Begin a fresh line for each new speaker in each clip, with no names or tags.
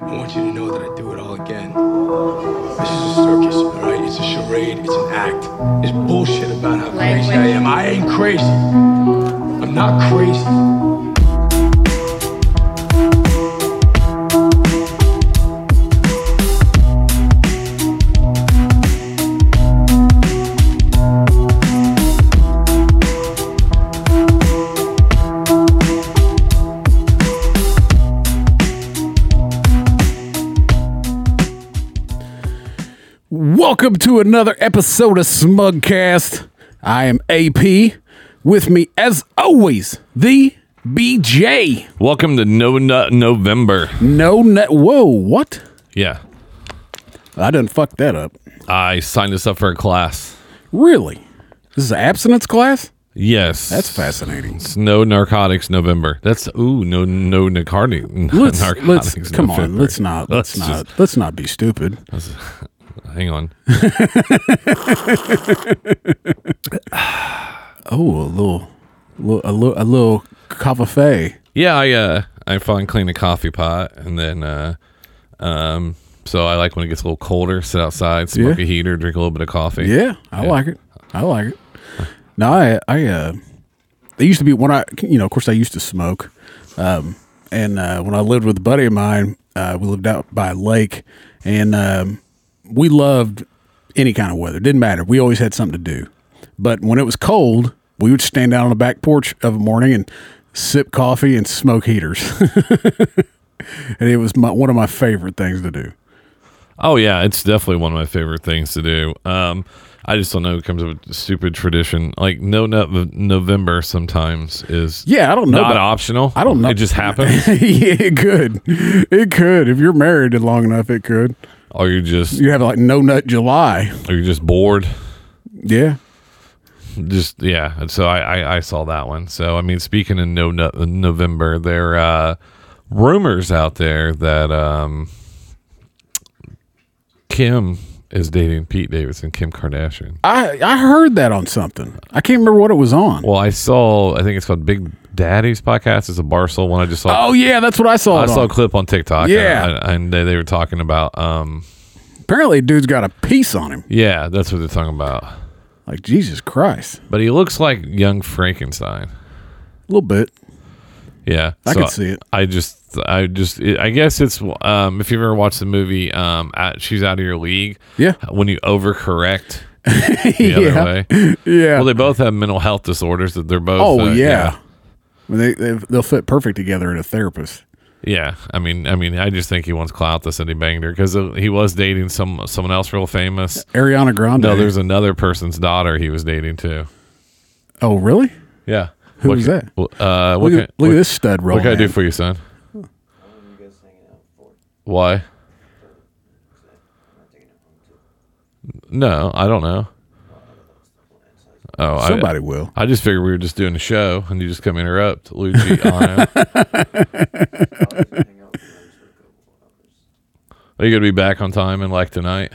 I want you to know that I'd do it all again. This is a circus, alright? It's a charade, it's an act. It's bullshit about how crazy I am. I ain't crazy. I'm not crazy.
Welcome to another episode of Smugcast. I am AP. With me, as always, the BJ.
Welcome to No Nut November.
No net. Whoa, what?
Yeah,
I done fucked that up.
I signed us up for a class.
Really? This is an abstinence class?
Yes,
That's fascinating.
It's no narcotics November. That's ooh no no narcotics.
Let's,
narcotics
let's come on.
November.
Let's not. Let's,
Let's
not. let's not be stupid.
Hang on.
Oh, a little, little a little, a little cavafe.
Yeah, I uh I finally cleaned a coffee pot and then uh um so I like when it gets a little colder, sit outside, smoke
Yeah.
a heater, drink a little bit of coffee.
Yeah, I like it. I like it. No, I, I, uh, it used to be when I, you know, of course, I used to smoke. Um, and uh, when I lived with a buddy of mine, uh, we lived out by a lake, and um, we loved any kind of weather. Didn't matter. We always had something to do. But when it was cold, we would stand out on the back porch of a morning and sip coffee and smoke heaters. and it was my, one of my favorite things to do.
Oh yeah, it's definitely one of my favorite things to do. Um I just don't know. It comes up with stupid tradition. Like no nut November sometimes is
Yeah, I don't know
not
about-
optional.
I don't know.
It just happens.
yeah, it could. It could. If you're married long enough, it could.
or you're just
You have like no nut July.
or you're just bored.
Yeah.
Just yeah. And So I, I I saw that one. So I mean, speaking of no nut November, there are uh, rumors out there that um Kim is dating Pete Davidson, Kim Kardashian.
I I heard that on something. I can't remember what it was on.
Well, I saw. I think it's called Big Daddy's podcast. It's a Barcel one. I just saw.
oh yeah, that's what I saw.
I
it
saw a
on.
clip on TikTok.
Yeah.
and, and they, they were talking about. Um,
Apparently, dude's got a piece on him.
yeah, that's what they're talking about.
Like Jesus Christ,
But he looks like young Frankenstein.
a little bit.
Yeah,
I could see it.
I just, I just, I guess it's. Um, if you've ever watched the movie, um, at, she's out of your league.
Yeah.
when you overcorrect the other
Yeah.
way.
Yeah.
Well, they both have mental health disorders. That they're both.
oh
uh,
yeah. Well, They, they they'll fit perfect together in a therapist.
Yeah, I mean, I mean, I just think he wants clout that said he banged her because he was dating some someone else real famous.
Ariana Grande.
No, there's another person's daughter he was dating too.
oh really?
Yeah,
Who
What
was
can- Uh,
Look
what
at
can-
look
what-
at this stud roll.
What can I do
man.
for you, son? Why? No, I don't know. Oh, I-
Somebody will.
I just figured we were just doing a show, and you just come interrupt, Luciano. Are you gonna be back on time and like tonight?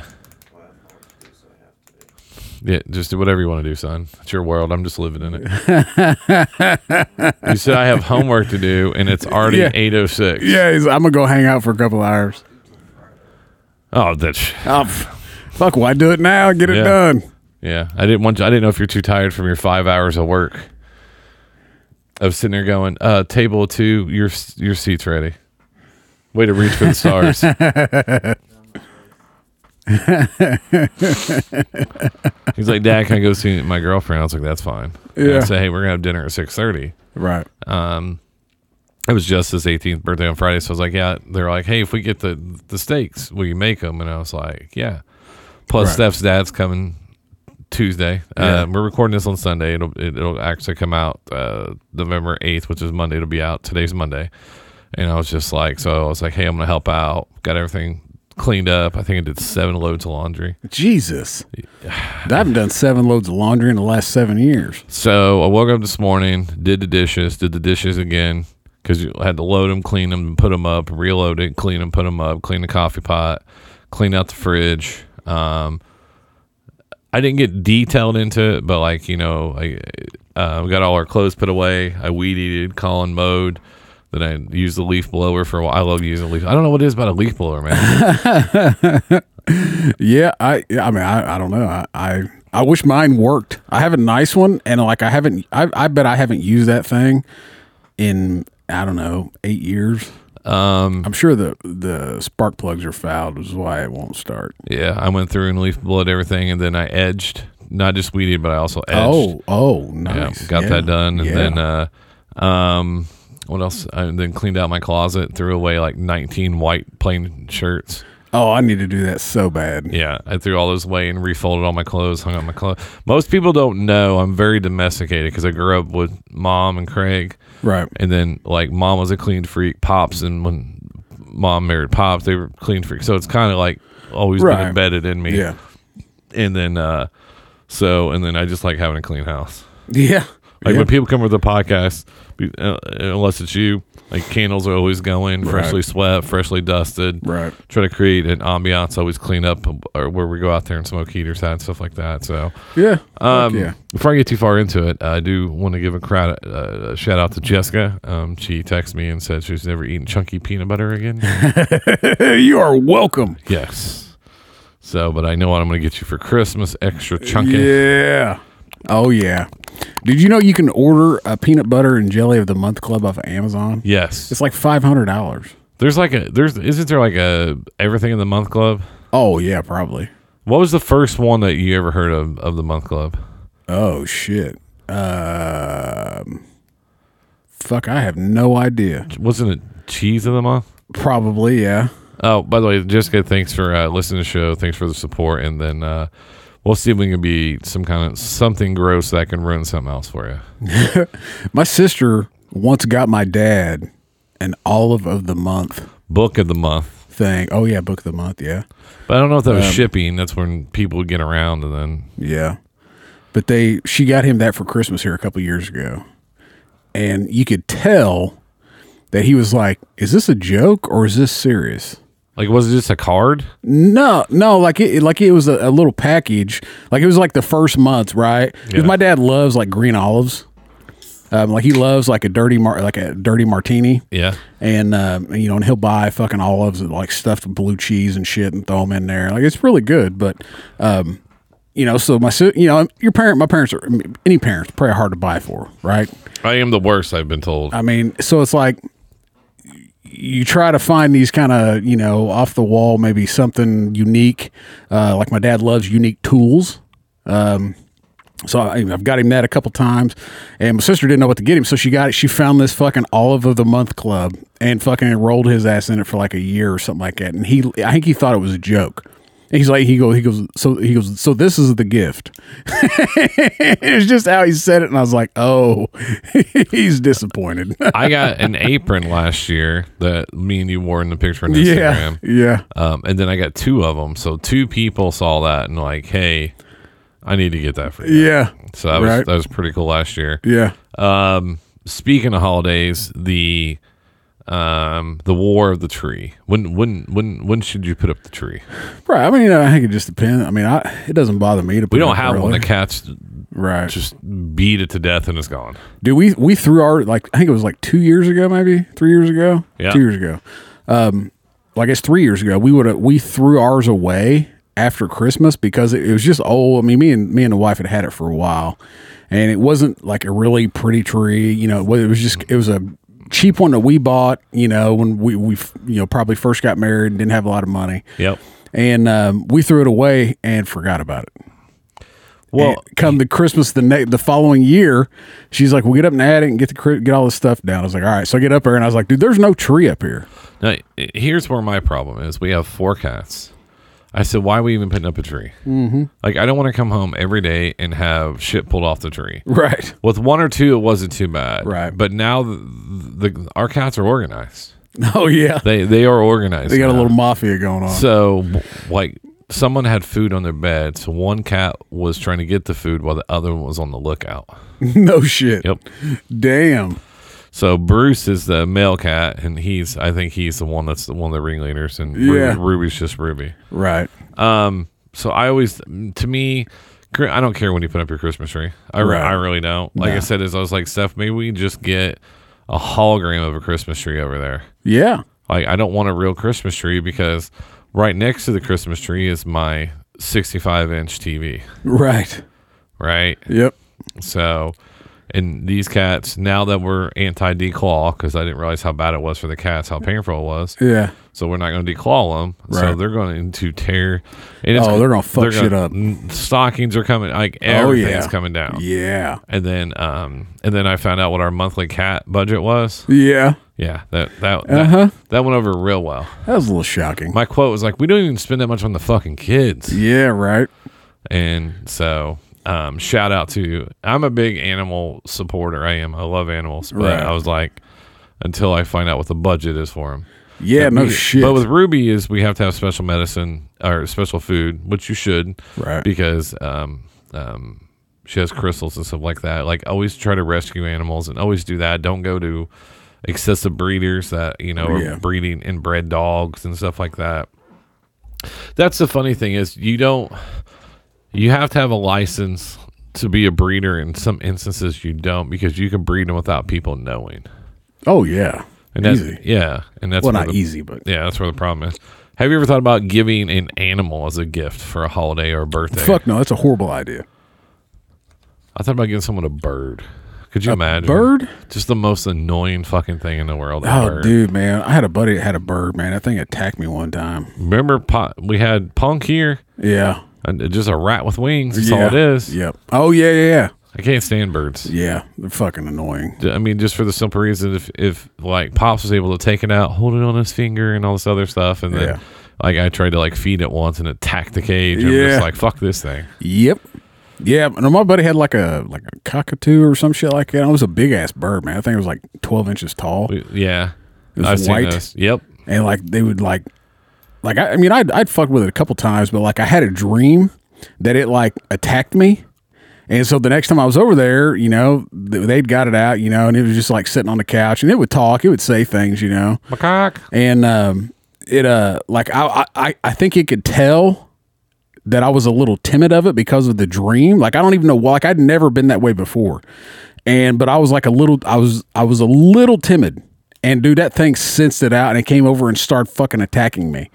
Yeah, just do whatever you want to do, son. It's your world. I'm just living in it. you said I have homework to do, and it's already
Yeah.
eight oh six.
Yeah, he's, I'm gonna go hang out for a couple hours.
Oh, that's
Oh, f- fuck, why do it now? Get it
Yeah.
done.
yeah. I didn't want. You, I didn't know if you're too tired from your five hours of work. I was sitting there going, uh, "Table two, your your seat's ready." Way to reach for the stars. He's like, "Dad, can I go see my girlfriend?" I was like, "That's fine." And I
Yeah.
said, "Hey, we're gonna have dinner at 6.30.
Right.
Um, It was just his 18th birthday on Friday, so I was like, "Yeah." They're like, "Hey, if we get the the steaks, will you make them?" And I was like, "Yeah." Plus,
Right.
Steph's dad's coming Tuesday.
Yeah.
Uh, we're recording this on Sunday. It'll it'll actually come out uh, November 8th, which is Monday. It'll be out today's Monday. And I was just like, so I was like, "Hey, I'm gonna help out." Got everything cleaned up. I think I did seven loads of laundry.
Jesus. I haven't done seven loads of laundry in the last seven years.
So I woke up this morning, did the dishes, did the dishes again because you had to load them, clean them, put them up, reload it, clean them, put them up, clean the coffee pot, clean out the fridge. Um, I didn't get detailed into it, but like you know, I uh, we got all our clothes put away. I weed eated, Colin mowed. Then I used the leaf blower for a while. I love using a leaf. I don't know what it is about a leaf blower, man.
Yeah, I yeah, I mean I, I don't know. I, I I wish mine worked. I have a nice one and like I haven't I, I bet I haven't used that thing in I don't know, eight years. Um I'm sure the the spark plugs are fouled is why it won't start.
yeah, I went through and leaf blowed everything, and then I edged. Not just weeded, but I also edged.
Oh, oh
yeah,
nice.
got
Yeah.
that done, and
Yeah.
then uh, um, what else? And then cleaned out my closet, threw away like 19 white plain shirts.
Oh, I need to do that so bad.
Yeah, I threw all those away and refolded all my clothes, hung up my clothes. Most people don't know I'm very domesticated because I grew up with mom and Craig,
Right.
and then like mom was a clean freak, pops, and when mom married pops, they were clean freaks. So it's kind of like always
Right.
been embedded in me.
Yeah.
and then uh, so and then I just like having a clean house.
Yeah.
Like
yeah.
when people come over to the podcast, be- uh, unless it's you, like candles are always going, freshly swept, freshly dusted.
Right.
Try to create an ambiance, always clean up, or where we go out there and smoke heaters out and stuff like that. So,
Yeah. Fuck
um,
yeah.
before I get too far into it, I do want to give a, crowd, uh, a shout out to Jessica. Um, she texted me and said she's never eaten chunky peanut butter again.
you are welcome.
yes. So, but I know what I'm going to get you for Christmas extra chunky.
Yeah. Oh yeah. Did you know you can order a peanut butter and jelly of the month club off of Amazon?
Yes.
It's like five hundred dollars.
There's like a, there's, isn't there like a everything in the month club?
Oh yeah, probably.
What was the first one that you ever heard of of the month club?
Oh shit. Um, fuck, I have no idea.
Wasn't it cheese of the month?
Probably yeah.
Oh, by the way, Jessica, thanks for uh, listening to the show. Thanks for the support, and then uh, we'll see if we can be some kind of something gross that can ruin something else for you.
My sister once got my dad an olive of the month
Book of the month,
thing. Oh yeah, book of the month. Yeah,
but I don't know if that was shipping. That's when people would get around, and then
yeah. But they, she got him that for Christmas here a couple years ago, and you could tell that he was like, "Is this a joke or is this serious?"
like was it just a card?
No, no, like it, like it was a, a little package. Like it was like the first month, right? 'Cause
Yeah.
My dad loves like green olives. Um, like he loves like a dirty mar- like a dirty martini,
Yeah,
and um, you know, and he'll buy fucking olives and like stuffed with blue cheese and shit, and throw them in there. Like it's really good, but um, you know, so my si- you know, your parent, my parents are any parents are pretty hard to buy for, right?
I am the worst. I've been told.
I mean, so it's like you try to find these kind of you know off the wall, maybe something unique. Uh, like my dad loves unique tools. Um, so I, I've got him that a couple times, and my sister didn't know what to get him, so she got it. She found this fucking olive of the month club and fucking enrolled his ass in it for like a year or something like that. And he, I think he thought it was a joke. And he's like, he goes, he goes, so he goes, so this is the gift. it's just how he said it, and I was like, oh, he's disappointed.
I got an apron last year that me and you wore in the picture on Instagram.
yeah, yeah.
Um, and then I got two of them. So two people saw that and like, hey, I need to get that for you.
Yeah.
So that was
Right.
that was pretty cool last year.
Yeah.
Um, speaking of holidays, the um the war of the tree. When when when when should you put up the tree?
Right. I mean, I think it just depends. I mean, I, it doesn't bother me to. Put
We don't
it
have one.
early.
The cats
Right.
just beat it to death and it's gone.
Do we? We threw our like. I think it was like two years ago, maybe three years ago.
Yeah.
Two years ago. Um, well, I guess three years ago, we would we threw ours away after Christmas because it, it was just old. I mean, me and me and the wife had had it for a while, and it wasn't like a really pretty tree. You know, it was- it was just it was a cheap one that we bought. You know, when we we you know probably first got married and didn't have a lot of money.
Yep.
and um, we threw it away and forgot about it.
Well,
And come the Christmas the next the following year, she's like, "We'll get up in the attic and get the cri- get all this stuff down." I was like, "All right." So I get up there and I was like, "Dude, there's no tree up here."
now, here's where my problem is. We have four cats. I said, why are we even putting up a tree? Mm-hmm. Like, I don't want to come home every day and have shit pulled off the tree.
Right.
With one or two, it wasn't too bad.
Right.
But now the, the our cats are organized.
Oh yeah.
They they are organized.
They got a
now.
little mafia going on.
So w- like someone had food on their bed, so one cat was trying to get the food while the other one was on the lookout.
no shit.
Yep.
Damn.
So Bruce is the male cat, and he's I think he's the one that's the one of the ringleaders, and Ru-
Yeah.
Ruby's just Ruby.
Right.
Um. So I always, to me, cr- I don't care when you put up your Christmas tree. I, re-
Right.
I really don't. Like
No.
I said, as I was like, Steph, maybe we just get a hologram of a Christmas tree over there.
Yeah.
Like I don't want a real Christmas tree because right next to the Christmas tree is my 65 inch TV,
Right.
right?
Yep.
So, and these cats now that we're anti declaw because I didn't realize how bad it was for the cats, how painful it was.
Yeah.
So we're not going to declaw them. So
Right.
they're going to tear. And
Oh, they're gonna fuck shit up.
up. Stockings are coming. Like
Oh, yeah.
everything's coming down.
Yeah.
And then, um, and then I found out what our monthly cat budget was.
Yeah.
Yeah, that that
Uh-huh.
that, that went over real well.
That was a little shocking.
My quote was like, "We don't even spend that much on the fucking kids."
yeah. Right.
And so, um, shout out to I'm a big animal supporter. I am. I love animals, but
Right.
I was like, until I find out what the budget is for them.
Yeah. No
But-
shit.
But with Ruby, is we have to have special medicine or special food, which you should,
Right.
Because um, um, she has crystals and stuff like that. Like always, try to rescue animals and always do that. Don't go to excessive breeders that you know
Oh, Yeah.
are breeding inbred dogs and stuff like that. That's the funny thing is you don't. You have to have a license to be a breeder. In some instances, you don't because you can breed them without people knowing.
oh yeah.
And that's,
easy.
Yeah, and that's
Well,
where
not
the-
easy, but
yeah, that's where the problem is. Have you ever thought about giving an animal as a gift for a holiday or a birthday?
fuck no. That's a horrible idea.
I thought about giving someone a bird. Could you imagine?
bird?
Just the most annoying fucking thing in the world. a
Oh,
bird.
dude, man. I had a buddy that had a bird, man. That thing attacked me one time.
Remember, po- we had Punk here,
Yeah.
and uh, just a rat with wings. That's
yeah.
all it is.
Yep. Oh, yeah, yeah, yeah.
I can't stand birds.
Yeah. They're fucking annoying.
I mean, just for the simple reason, if, if like Pops was able to take it out, hold it on his finger, and all this other stuff, and then
Yeah.
like I tried to like feed it once, and it attacked the cage. and I'm
Yeah.
just like fuck this thing.
Yep. Yeah. No, my buddy had like a like a cockatoo or some shit like that. It was a big ass bird, man. I think it was like twelve inches tall.
We- Yeah,
was white.
those. Yep.
and like they would like like I, I mean I'd I'd fucked with it a couple times, but like I had a dream that it like attacked me. And so the next time I was over there, you know, th- they'd got it out, you know, and it was just like sitting on the couch and it would talk, it would say things, you know.
Macaque.
And um it uh like I I I think it could tell that I was a little timid of it because of the dream. Like I don't even know why like I'd never been that way before. And but I was like a little I was I was a little timid. And dude, that thing sensed it out and it came over and started fucking attacking me.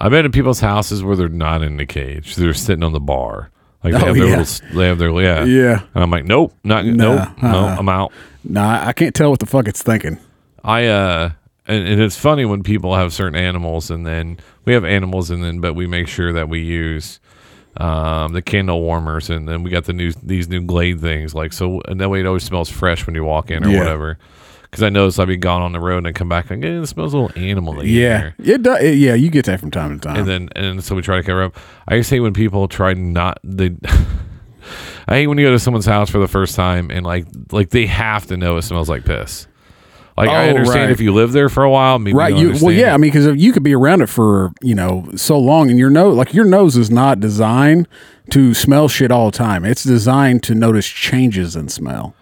I've been in people's houses where they're not in the cage; they're sitting on the bar. Like they
Oh,
have their
yeah.
little, s- they have their yeah,
Yeah. uh-uh.
And I'm like, nope, not nope, no, I'm out.
Nah, I can't tell what the fuck it's thinking.
I uh, and, and it's funny when people have certain animals, and then we have animals, and then but we make sure that we use um the candle warmers, and then we got the new these new Glade things, like so, and that way it always smells fresh when you walk in or
Yeah.
whatever. Because I noticed I'd be gone on the road and I come back and eh, it smells a little animal.
Yeah. It does yeah, you get that from time to time.
and then and so we try to cover up. I just hate when people try not they. I hate when you go to someone's house for the first time and like like they have to know it smells like piss. Like I
Oh,
understand
right.
if you live there for a while, maybe
Right. You, well, yeah. I mean, because you could be around it for you know so long, and your nose, like your nose, is not designed to smell shit all the time. It's designed to notice changes in smell.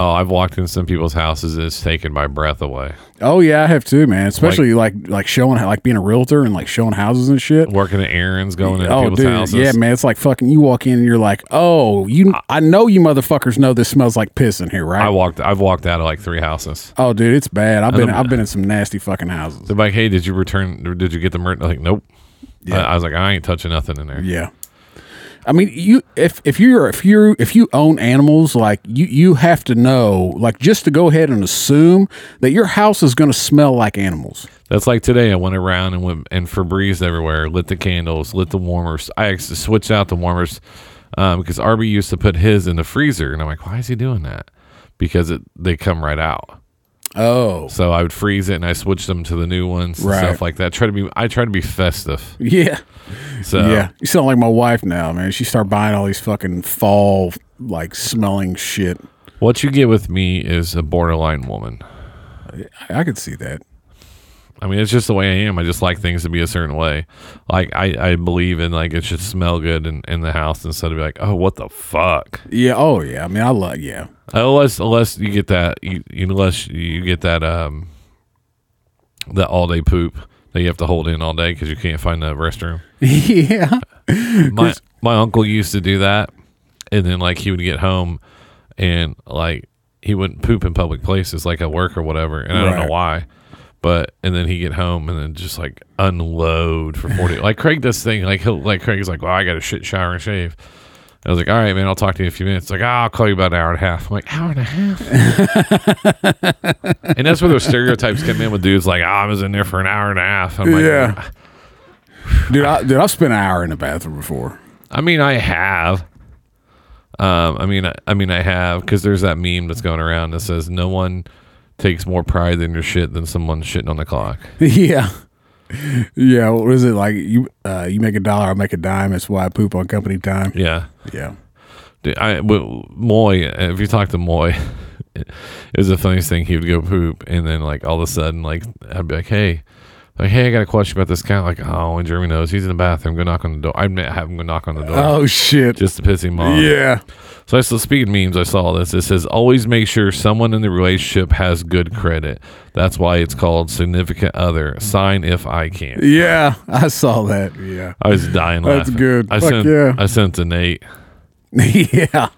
Oh, I've walked in some people's houses and it's taken my breath away.
Oh yeah, I have too, man. Especially like like, showing like being a realtor and like showing houses and shit.
Working at errands, going into
Oh
people's
dude,
houses.
yeah, man. It's like fucking. You walk in and you're like, oh, you. I know you motherfuckers know this smells like piss in here,
I
right?
walked. I've walked out of like three houses.
oh dude, it's bad. I've been
don't-
I've been in some nasty fucking houses.
They're like, "Hey, did you return? Or did you get the merch?" Like, nope. I, I was like, I ain't touching nothing in there.
Yeah. I mean, you if if you're if you if you own animals, like you you have to know, like just to go ahead and assume that your house is going to smell like animals.
That's like today. I went around and went and Febreze everywhere. Lit the candles. Lit the warmers. I actually switched out the warmers um, because Arby used to put his in the freezer, and I'm like, why is he doing that? Because it they come right out.
Oh,
So I would freeze it, and I switched them to the new ones and
Right.
stuff like that. Try to be. I try to be festive.
yeah,
So
yeah. You sound like my wife now, man. She started buying all these fucking fall like smelling shit.
what you get with me is a borderline woman.
I, I could see that.
I mean, it's just the way I am. I just like things to be a certain way. Like I, I believe in like it should smell good in, in the house instead of like, oh, what the fuck.
Yeah. Oh, yeah. I mean, I love. Yeah.
Uh, unless unless you get that you, you- unless you get that um that all day poop that you have to hold in all day because you can't find the restroom.
yeah.
My my uncle used to do that, and then like he would get home and like he wouldn't poop in public places like at work or whatever, and I don't
Right.
know why. But and then he get home and then just like unload for forty. like Craig does thing like he'll like Craig's like, well, I got to shit shower and shave. I was like, all right, man, I'll talk to you in a few minutes. Like, "Ah, I'll call you about an hour and a half. I'm like, hour and a half. and that's where those stereotypes come in with dudes like, "Ah, I was in there for an hour and a half. I'm like,
Yeah. dude, I, dude, I've spent an hour in the bathroom before.
I mean, I have. Um, I mean, I, I mean, I have because there's that meme that's going around that says no one takes more pride in your shit than someone shitting on the clock.
yeah, yeah. What is it like? You uh, you make a dollar, I make a dime. That's why I poop on company time.
Yeah,
Yeah,
Dude, I w- Moy. If you talk to Moy, it was the funniest thing. He would go poop, and then like all of a sudden, like I'd be like, hey. Like, hey, I got a question about this guy. Like, oh, and Jeremy knows he's in the bathroom. Go knock on the door. I have him go knock on the door
Oh shit.
just to piss him off.
yeah.
So I saw speaking memes. I saw this. It says always make sure someone in the relationship has good credit. That's why it's called significant other. Sign if I can.
Yeah, I saw that. Yeah.
I was dying laughing.
That's good.
I
Fuck
sent.
yeah.
I sent to Nate.
yeah.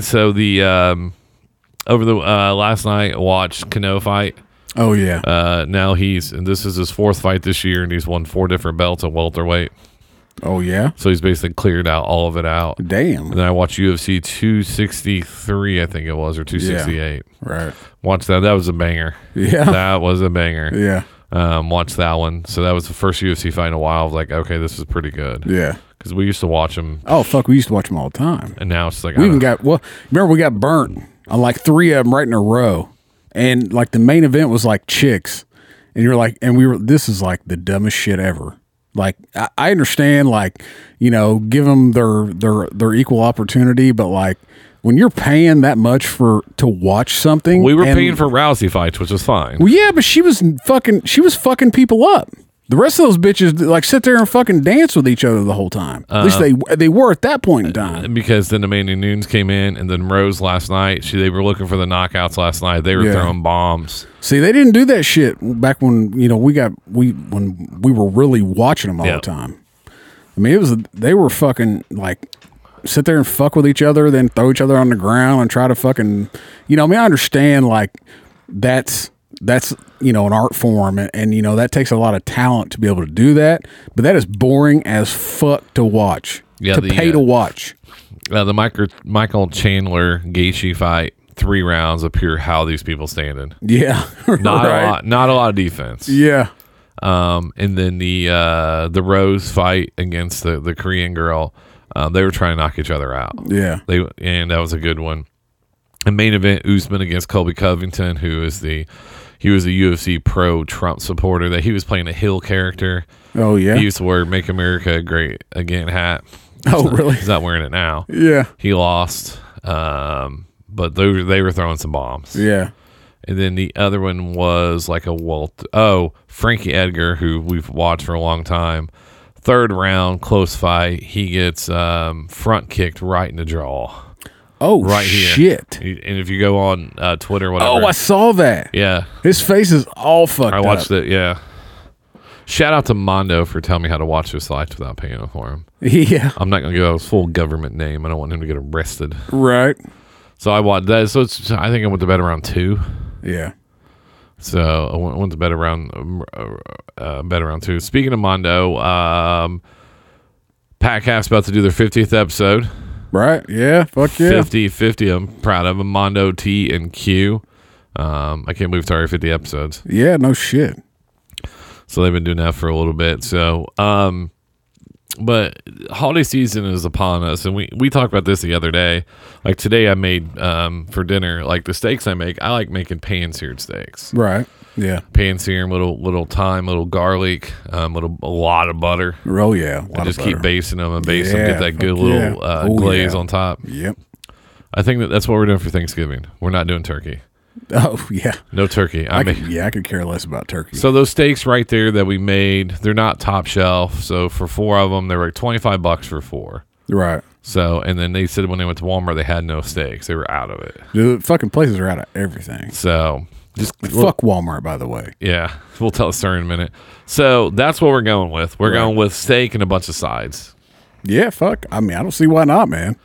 So the um, over the uh, last night I watched Cano fight.
Oh yeah.
Uh, now he's and this is his fourth fight this year, and he's won four different belts at welterweight.
oh yeah.
So he's basically cleared out all of it out. And
Damn.
then I watched UFC 263, I think it was, or 268.
Right.
Watch that. That was a banger.
Yeah.
That was a banger.
Yeah.
Um, watch that one. So that was the first UFC fight in a while. I was like, okay, this is pretty good.
Yeah.
Because we used to watch them,
Oh fuck, we used to watch them all the time.
and now it's like, uh,
We
I
even
don't,
got well. Remember, we got burnt on like three of them right in a row, and like the main event was like chicks, and you're like, and we were. This is like the dumbest shit ever. Like I, I understand, like you know, give them their their their equal opportunity, but like when you're paying that much for to watch something,
we were
and-
paying for Rousey fights, which was fine.
Well, yeah, but she was fucking. She was fucking people up. The rest of those bitches like sit there and fucking dance with each other the whole time. At
Uh,
least they they were at that point in time.
because then Amanda Nunes came in, and then Rose last night. She they were looking for the knockouts last night. They were
Yeah.
throwing bombs.
See, they didn't do that shit back when you know we got we when we were really watching them all
Yeah.
the time. I mean, it was they were fucking like sit there and fuck with each other, then throw each other on the ground and try to fucking you know. I mean, I understand like that's that's you know an art form and, and you know that takes a lot of talent to be able to do that, but that is boring as fuck to watch.
Yeah,
to
the,
pay
uh,
to watch.
Uh, the Michael, Michael Chandler Gaethje fight, three rounds of pure how these people standing.
Yeah,
Not
right.
a lot. Not a lot of defense.
Yeah,
Um, and then the uh, the Rose fight against the the Korean girl, uh, they were trying to knock each other out.
yeah,
They and that was a good one. The main event Usman against Colby Covington, who is the he was a UFC pro Trump supporter. That he was playing a Hill character.
oh yeah,
He used to wear "Make America Great Again" hat.
Oh,
He's not-
really?
He's not wearing it now.
yeah,
He lost, um, but they were, they were throwing some bombs.
yeah.
And then the other one was like a Walt. Oh, Frankie Edgar, who we've watched for a long time. Third round, close fight. He gets um, front kicked right in the jaw.
Oh
Right here.
shit.
He- And if you go on uh, Twitter, whatever.
Oh, I saw that.
yeah.
His face is all fucked
I watched
up.
it. Yeah. Shout out to Mondo for telling me how to watch this fight without paying for him.
Yeah,
I'm not going to give out his full government name. I don't want him to get arrested.
right.
So I watched that. So it's, I think I went to bed around two.
Yeah.
So uh, I went, went to bed around um, uh, uh, bed around two. Speaking of Mondo, um, Patcast about to do their 50th episode.
Right. Yeah. Fuck yeah.
50, 50. I'm proud of them. Mondo T and Q. Um, I can't believe it's already 50 episodes.
Yeah. No shit.
So they've been doing that for a little bit. So, um, but holiday season is upon us, and we we talked about this the other day. Like today, I made um for dinner like the steaks I make. I like making pan seared steaks.
Right. Yeah.
pan searing, little little thyme, little garlic, um, little a lot of butter.
Oh yeah. A lot of
Just
butter.
keep basting them and base them, get
Yeah,
that good
fuck
little
yeah.
uh,
Oh,
glaze
yeah.
on top.
Yep.
I think that that's what we're doing for Thanksgiving. We're not doing turkey.
Oh yeah.
No turkey. I,
I
mean,
could, yeah, I could care less about turkey.
so those steaks right there that we made, they're not top shelf. So for four of them, they were like twenty five bucks for four.
right.
So and then they said when they went to Walmart, they had no steaks. They were out of it.
Dude, fucking places are out of everything.
So just
Fuck Walmart, by the way.
yeah, we'll tell a story in a minute. So that's what we're going with. We're going with steak and a bunch of sides.
Yeah. Fuck. I mean, I don't see why not, man.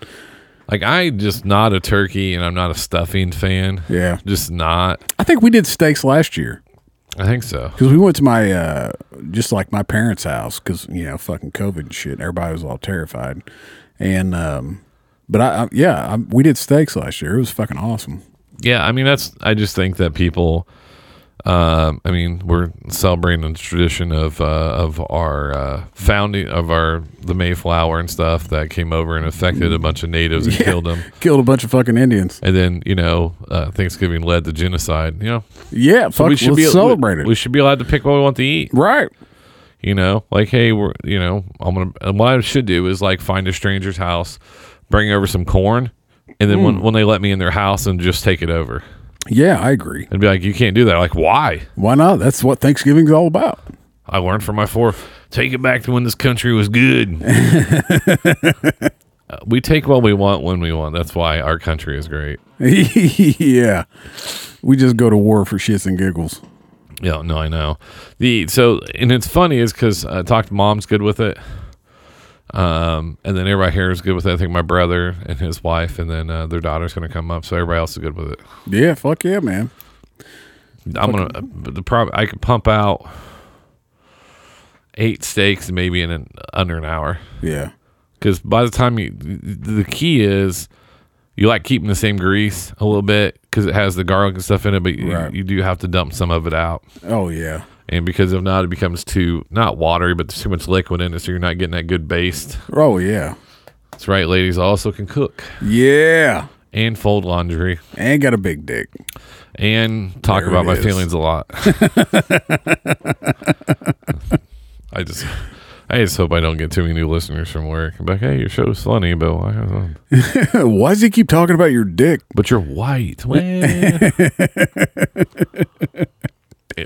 Like I just not a turkey and I'm not a stuffing fan.
Yeah.
Just not.
I think we did steaks last year
I think so.
because we went to my uh, just like my parents' house because you know fucking COVID and shit. Everybody was all terrified, and um, but I, I yeah I, we did steaks last year. It was fucking awesome.
Yeah, I mean that's I just think that people um I mean we're celebrating the tradition of uh of our uh founding of our the Mayflower and stuff that came over and affected a bunch of natives and killed them.
Killed a bunch of fucking Indians.
And then, you know, uh, Thanksgiving led to genocide, you know.
Yeah, fuck,
we should
let's
be
celebrate
we,
it.
we should be allowed to pick what we want to eat.
right.
you know like hey we're you know i'm gonna and what i should do is like find a stranger's house bring over some corn and then when, when they let me in their house and just take it over
Yeah, I agree.
and be like you can't do that like why
Why not? That's what Thanksgiving's all about.
i learned from my fourth take it back to when this country was good Uh, we take what we want when we want that's why our country is great
yeah. We just go to war for shits and giggles.
yeah no i know the so and it's funny is because i talked to mom's good with it um and then everybody here is good with it i think my brother and his wife and then uh, their daughter's gonna come up so everybody else is good with it
Yeah, fuck yeah, man.
I'm gonna but the prob I could pump out eight steaks maybe in an, under an hour
Yeah.
because by the time you the key is you like keeping the same grease a little bit because it has the garlic and stuff in it but you,
Right.
you do have to dump some of it out
Oh yeah.
and because if not it becomes too not watery but there's too much liquid in it so you're not getting that good baste
Oh yeah.
that's right ladies I also can cook
Yeah.
and fold laundry
And got a big dick.
and talk
There
about
it
my
is.
feelings a lot. I just, I just hope I don't get too many new listeners from work. I'm like, hey, your show's funny, but why?
Why does he keep talking about your dick?
But you're white. Well.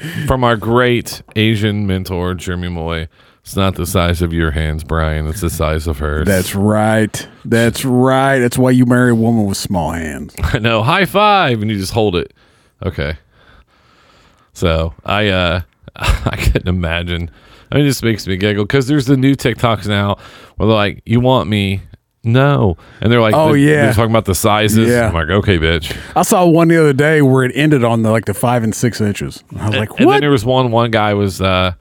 from our great Asian mentor Jeremy Moy, it's not the size of your hands, Brian. It's the size of hers.
That's right. That's right. That's why you marry a woman with small hands.
I know. High five, and you just hold it. Okay. So I uh I couldn't imagine. I mean, it just makes me giggle because there's the new TikToks now where they're like, "You want me?" No, and they're like,
Oh,
they're-
yeah.
they're talking about the sizes."
Yeah.
I'm like, "Okay, bitch."
I saw one the other day where it ended on the, like the five and six inches. I was like,
And then
what?
there was one. One guy was uh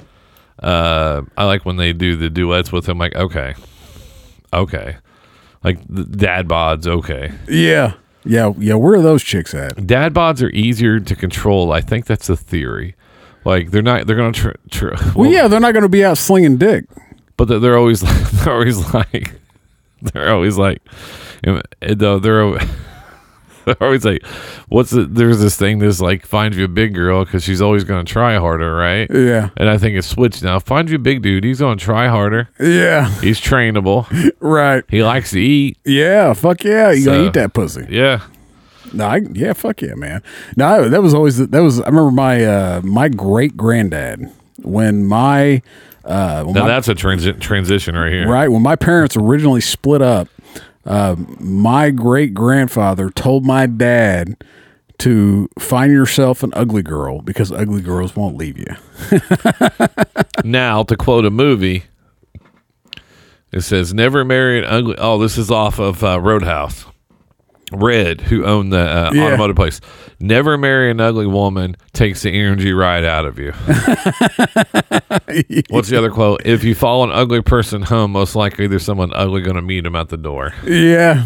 uh I like when they do the duets with him. Like, okay, okay, like the dad bods. Okay,
yeah. Yeah. Yeah. Where are those chicks at?
dad bods are easier to control. I think that's the theory. Like they're not. They're gonna. Tr- tr-
Well, yeah, they're not going to be out slinging dick.
but they're- they're always they're always like they're always like and though they're al- they're always like what's the, there's this thing that's like find you a big girl because she's always gonna try harder right
Yeah.
and I think it's switched now find you a big dude he's gonna try harder
Yeah.
he's trainable
Right.
he likes to eat
Yeah. Fuck yeah. You going
So-
to eat that pussy.
yeah
No, I, yeah, fuck yeah, man. No, I- that was always that was. I remember my uh, my great granddad when my uh, when
now
my-
that's a transi- transition right here
right when my parents originally split up. Uh, my great grandfather told my dad to find yourself an ugly girl because ugly girls won't leave you.
now to quote a movie it says never marry an ugly oh this is off of uh, roadhouse red who owned the uh,
Yeah.
automotive place never marry an ugly woman takes the energy right out of you what's the other quote if you follow an ugly person home most likely there's someone ugly going to meet him at the door
Yeah,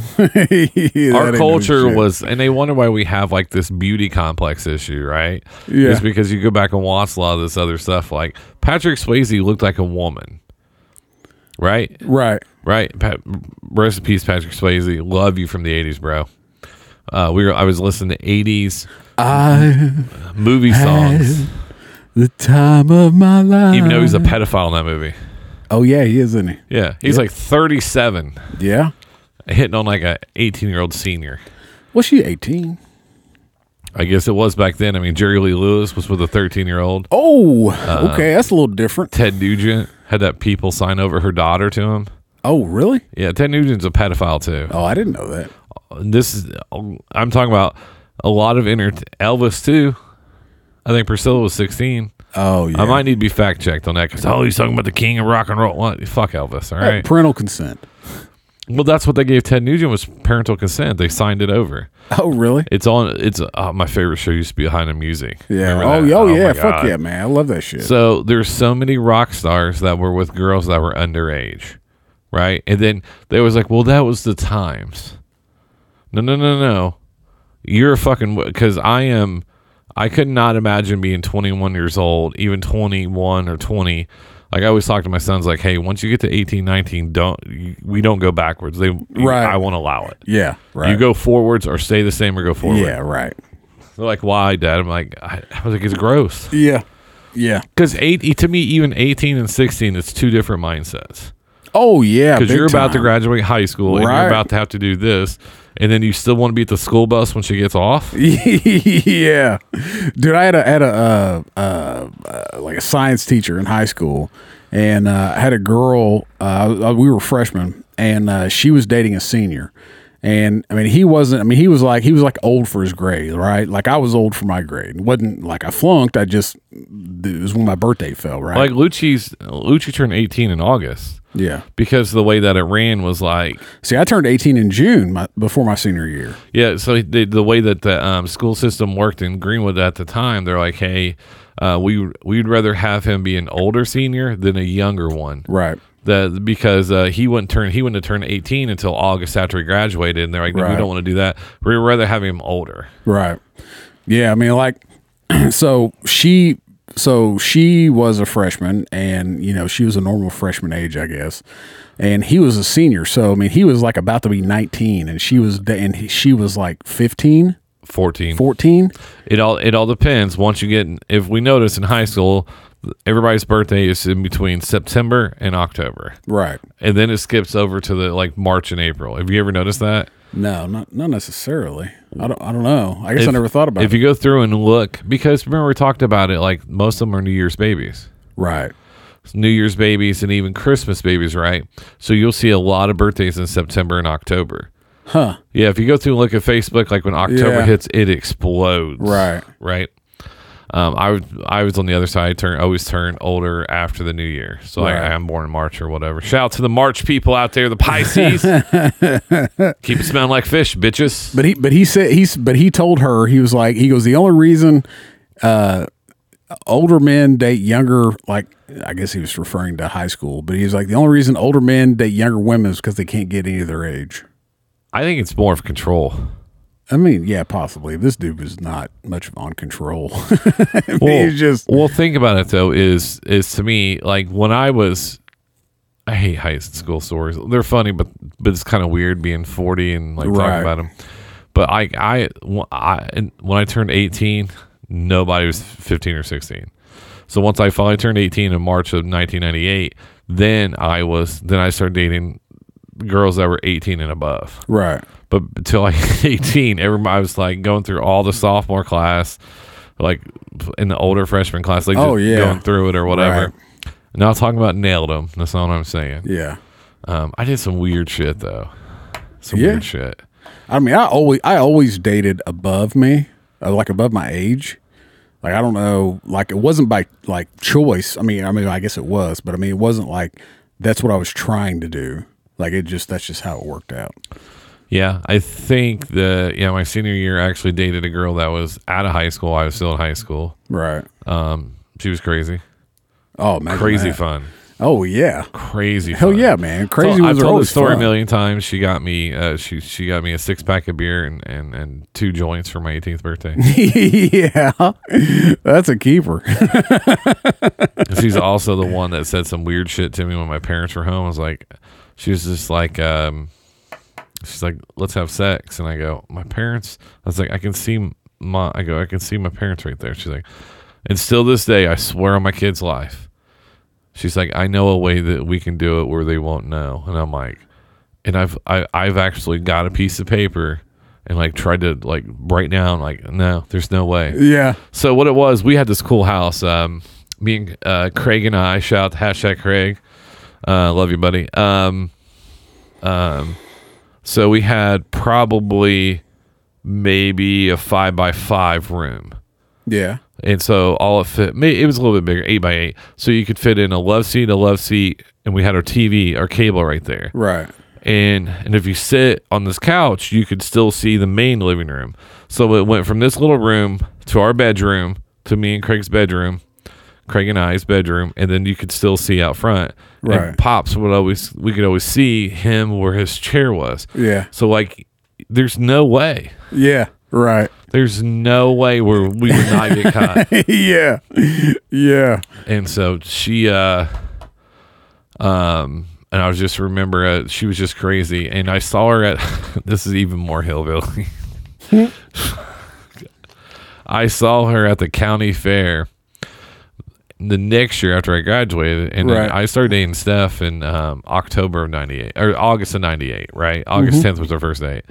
our culture was and they wonder why we have like this beauty complex issue right
Yeah.
it's because you go back and watch a lot of this other stuff like patrick swayze looked like a woman right
right.
right Pat, rest in peace patrick swayze love you from the 80s bro uh, we were i was listening to 80s
I
movie songs
the time of my life.
even though he's a pedophile in that movie
oh yeah, he is, isn't he?
yeah he's like 37
Yeah.
hitting on like a 18 year old senior
Was she eighteen?
i guess it was back then i mean jerry lee lewis was with a 13 year old
Oh,
Uh,
okay, that's a little different.
Ted Nugent had that people sign over her daughter to him.
Oh, really?
Yeah, Ted Nugent's a pedophile too.
Oh, I didn't know that.
This is I'm talking about a lot of inter Elvis too. I think Priscilla was 16.
Oh, yeah.
I might need to be fact checked on that because oh, he's talking about the king of rock and roll. What? Fuck Elvis. All
Hey,
right.
Parental consent.
Well, that's what they gave Ted Nugent was parental consent. They signed it over.
Oh, really?
It's on. It's uh, my favorite show used to be Behind the Music.
Yeah.
Remember
Oh,
that?
yeah, oh,
my
yeah. Fuck
God.
yeah, man. I love that shit.
So there's so many rock stars that were with girls that were underage, right? And then they was like, "Well, that was the times." No, no, no, no. You're a fucking because I am. I could not imagine being 21 years old, even 21 or 20. Like I always talk to my sons, like, "Hey, once you get to 18, 19, don't you- we don't go backwards. They,
Right.
I won't allow it.
yeah. Right.
You go forwards or stay the same or go forward."
Yeah. Right.
They're like, "Why, Dad?" I'm like, I, I was like, "It's gross."
Yeah. Yeah.
Because eight e, to me, even eighteen and sixteen, it's two different mindsets.
Oh yeah.
Because
big
you're about to
time.
graduate high school and
Right.
you're about to have to do this, and then you still want to be at the school bus when she gets off.
yeah, dude. I had a had a uh, uh, uh, like a science teacher in high school, and uh, I had a girl. Uh, we were freshmen, and uh, she was dating a senior. And I mean, he wasn't. I mean, he was like he was like old for his grade, right? Like I was old for my grade. It wasn't like I flunked. I just it was when my birthday fell, right?
Like Lucci's, Lucci turned eighteen in August
yeah.
because the way that it ran was like,
See, I turned eighteen in June, my, before my senior year.
yeah. So the, the way that the um, school system worked in Greenwood at the time, they're like, hey, uh, we we'd rather have him be an older senior than a younger one.
Right.
that because uh, he wouldn't turn he wouldn't have turned 18 until August after he graduated, and they're like,
Right.
we don't want to do that. We'd rather have him older.
Right. Yeah, I mean like so she so she was a freshman and you know, she was a normal freshman age, I guess. And he was a senior, so I mean, he was like about to be 19 and she was and he, she was like 15,
14.
14.
It all it all depends. Once you get in- if we notice in high school, everybody's birthday is in between September and October,
Right.
and then it skips over to the like March and April. Have you ever noticed that?
No, not not necessarily. I don't I don't know. I guess I
If-
never thought about
If
it.
you go through and look, because remember we talked about it, like most of them are New Year's babies.
right.
New Year's babies and even Christmas babies, right? So you'll see a lot of birthdays in September and October.
Huh.
Yeah, if you go through and look at Facebook, like when October
Yeah.
hits, it explodes.
Right.
Right. Um, I was I was on the other side. I turn always turn older after the new year, so
Right.
I, I'm born in March or whatever. Shout out to the March people out there, the Pisces. Keep it smelling like fish, bitches.
But he but he said he's but he told her he was like he goes the only reason uh older men date younger like I guess he was referring to high school but he was like the only reason older men date younger women is because they can't get any of their age.
I think it's more of control.
I mean, yeah, possibly. This dude was not much on control. I mean, he's just
well, think about it though. Is is to me like when I was. I hate high school stories. They're funny, but but it's kind of weird being 40 and like
Right.
talking about them. But I I when I and when I turned 18, nobody was 15 or 16. So once I finally turned 18 in March of 1998, then I was then I started dating girls that were 18 and above
right.
but until I hit 18, everybody was like going through all the sophomore class, like in the older freshman class, like just
Oh, yeah.
going through it or
Right.
whatever. Not talking about nailed them. That's not what I'm saying.
Yeah.
Um, I did some weird shit though. Some
Yeah.
weird shit.
I mean, I always I always dated above me, uh, like above my age. Like I don't know, like it wasn't by like choice. I mean, I mean, I guess it was, but I mean, it wasn't like that's what I was trying to do. Like it just that's just how it worked out.
Yeah, I think the yeah my senior year I actually dated a girl that was out of high school. I was still in high school.
Right.
Um, she was crazy,
Oh man,
crazy fun,
Oh yeah.
crazy.
Hell
fun.
yeah, man. Crazy
So
was
I've
her
told the
always
story a
fun.
million times. She got me, uh, she she got me a six pack of beer and and, and two joints for my 18th birthday.
yeah, that's a keeper.
And She's also the one that said some weird shit to me when my parents were home. I was like, she was just like, um, she's like, let's have sex, and I go, my parents. I was like, I can see my, I go, I can see my parents right there. She's like, and still this day, I swear on my kid's life. She's like, I know a way that we can do it where they won't know, and I'm like, and I've I, I've actually got a piece of paper and like tried to like write down like, no, there's no way.
yeah.
So what it was, we had this cool house. Um, me and uh, Craig and I shout hashtag Craig. Uh, love you, buddy. Um, um, so we had probably maybe a five by five room.
Yeah.
And so all it fit, may- it was a little bit bigger, eight by eight. So you could fit in a love seat, a love seat, and we had our TV, our cable right there.
Right.
and and if you sit on this couch, you could still see the main living room. So it went from this little room to our bedroom to me and Craig's bedroom, Craig and I's bedroom, and then you could still see out front. And
Right.
Pops would always we could always see him where his chair was.
Yeah.
So like, there's no way.
Yeah. Right.
There's no way where we would not get caught.
yeah. Yeah.
and so she uh um and I was just remember uh, she was just crazy and I saw her at this is even more hillbilly. I saw her at the county fair the next year after I graduated and then
Right.
I started dating Steph in um, October of 98 or August of 98, right? August 10th was our first date.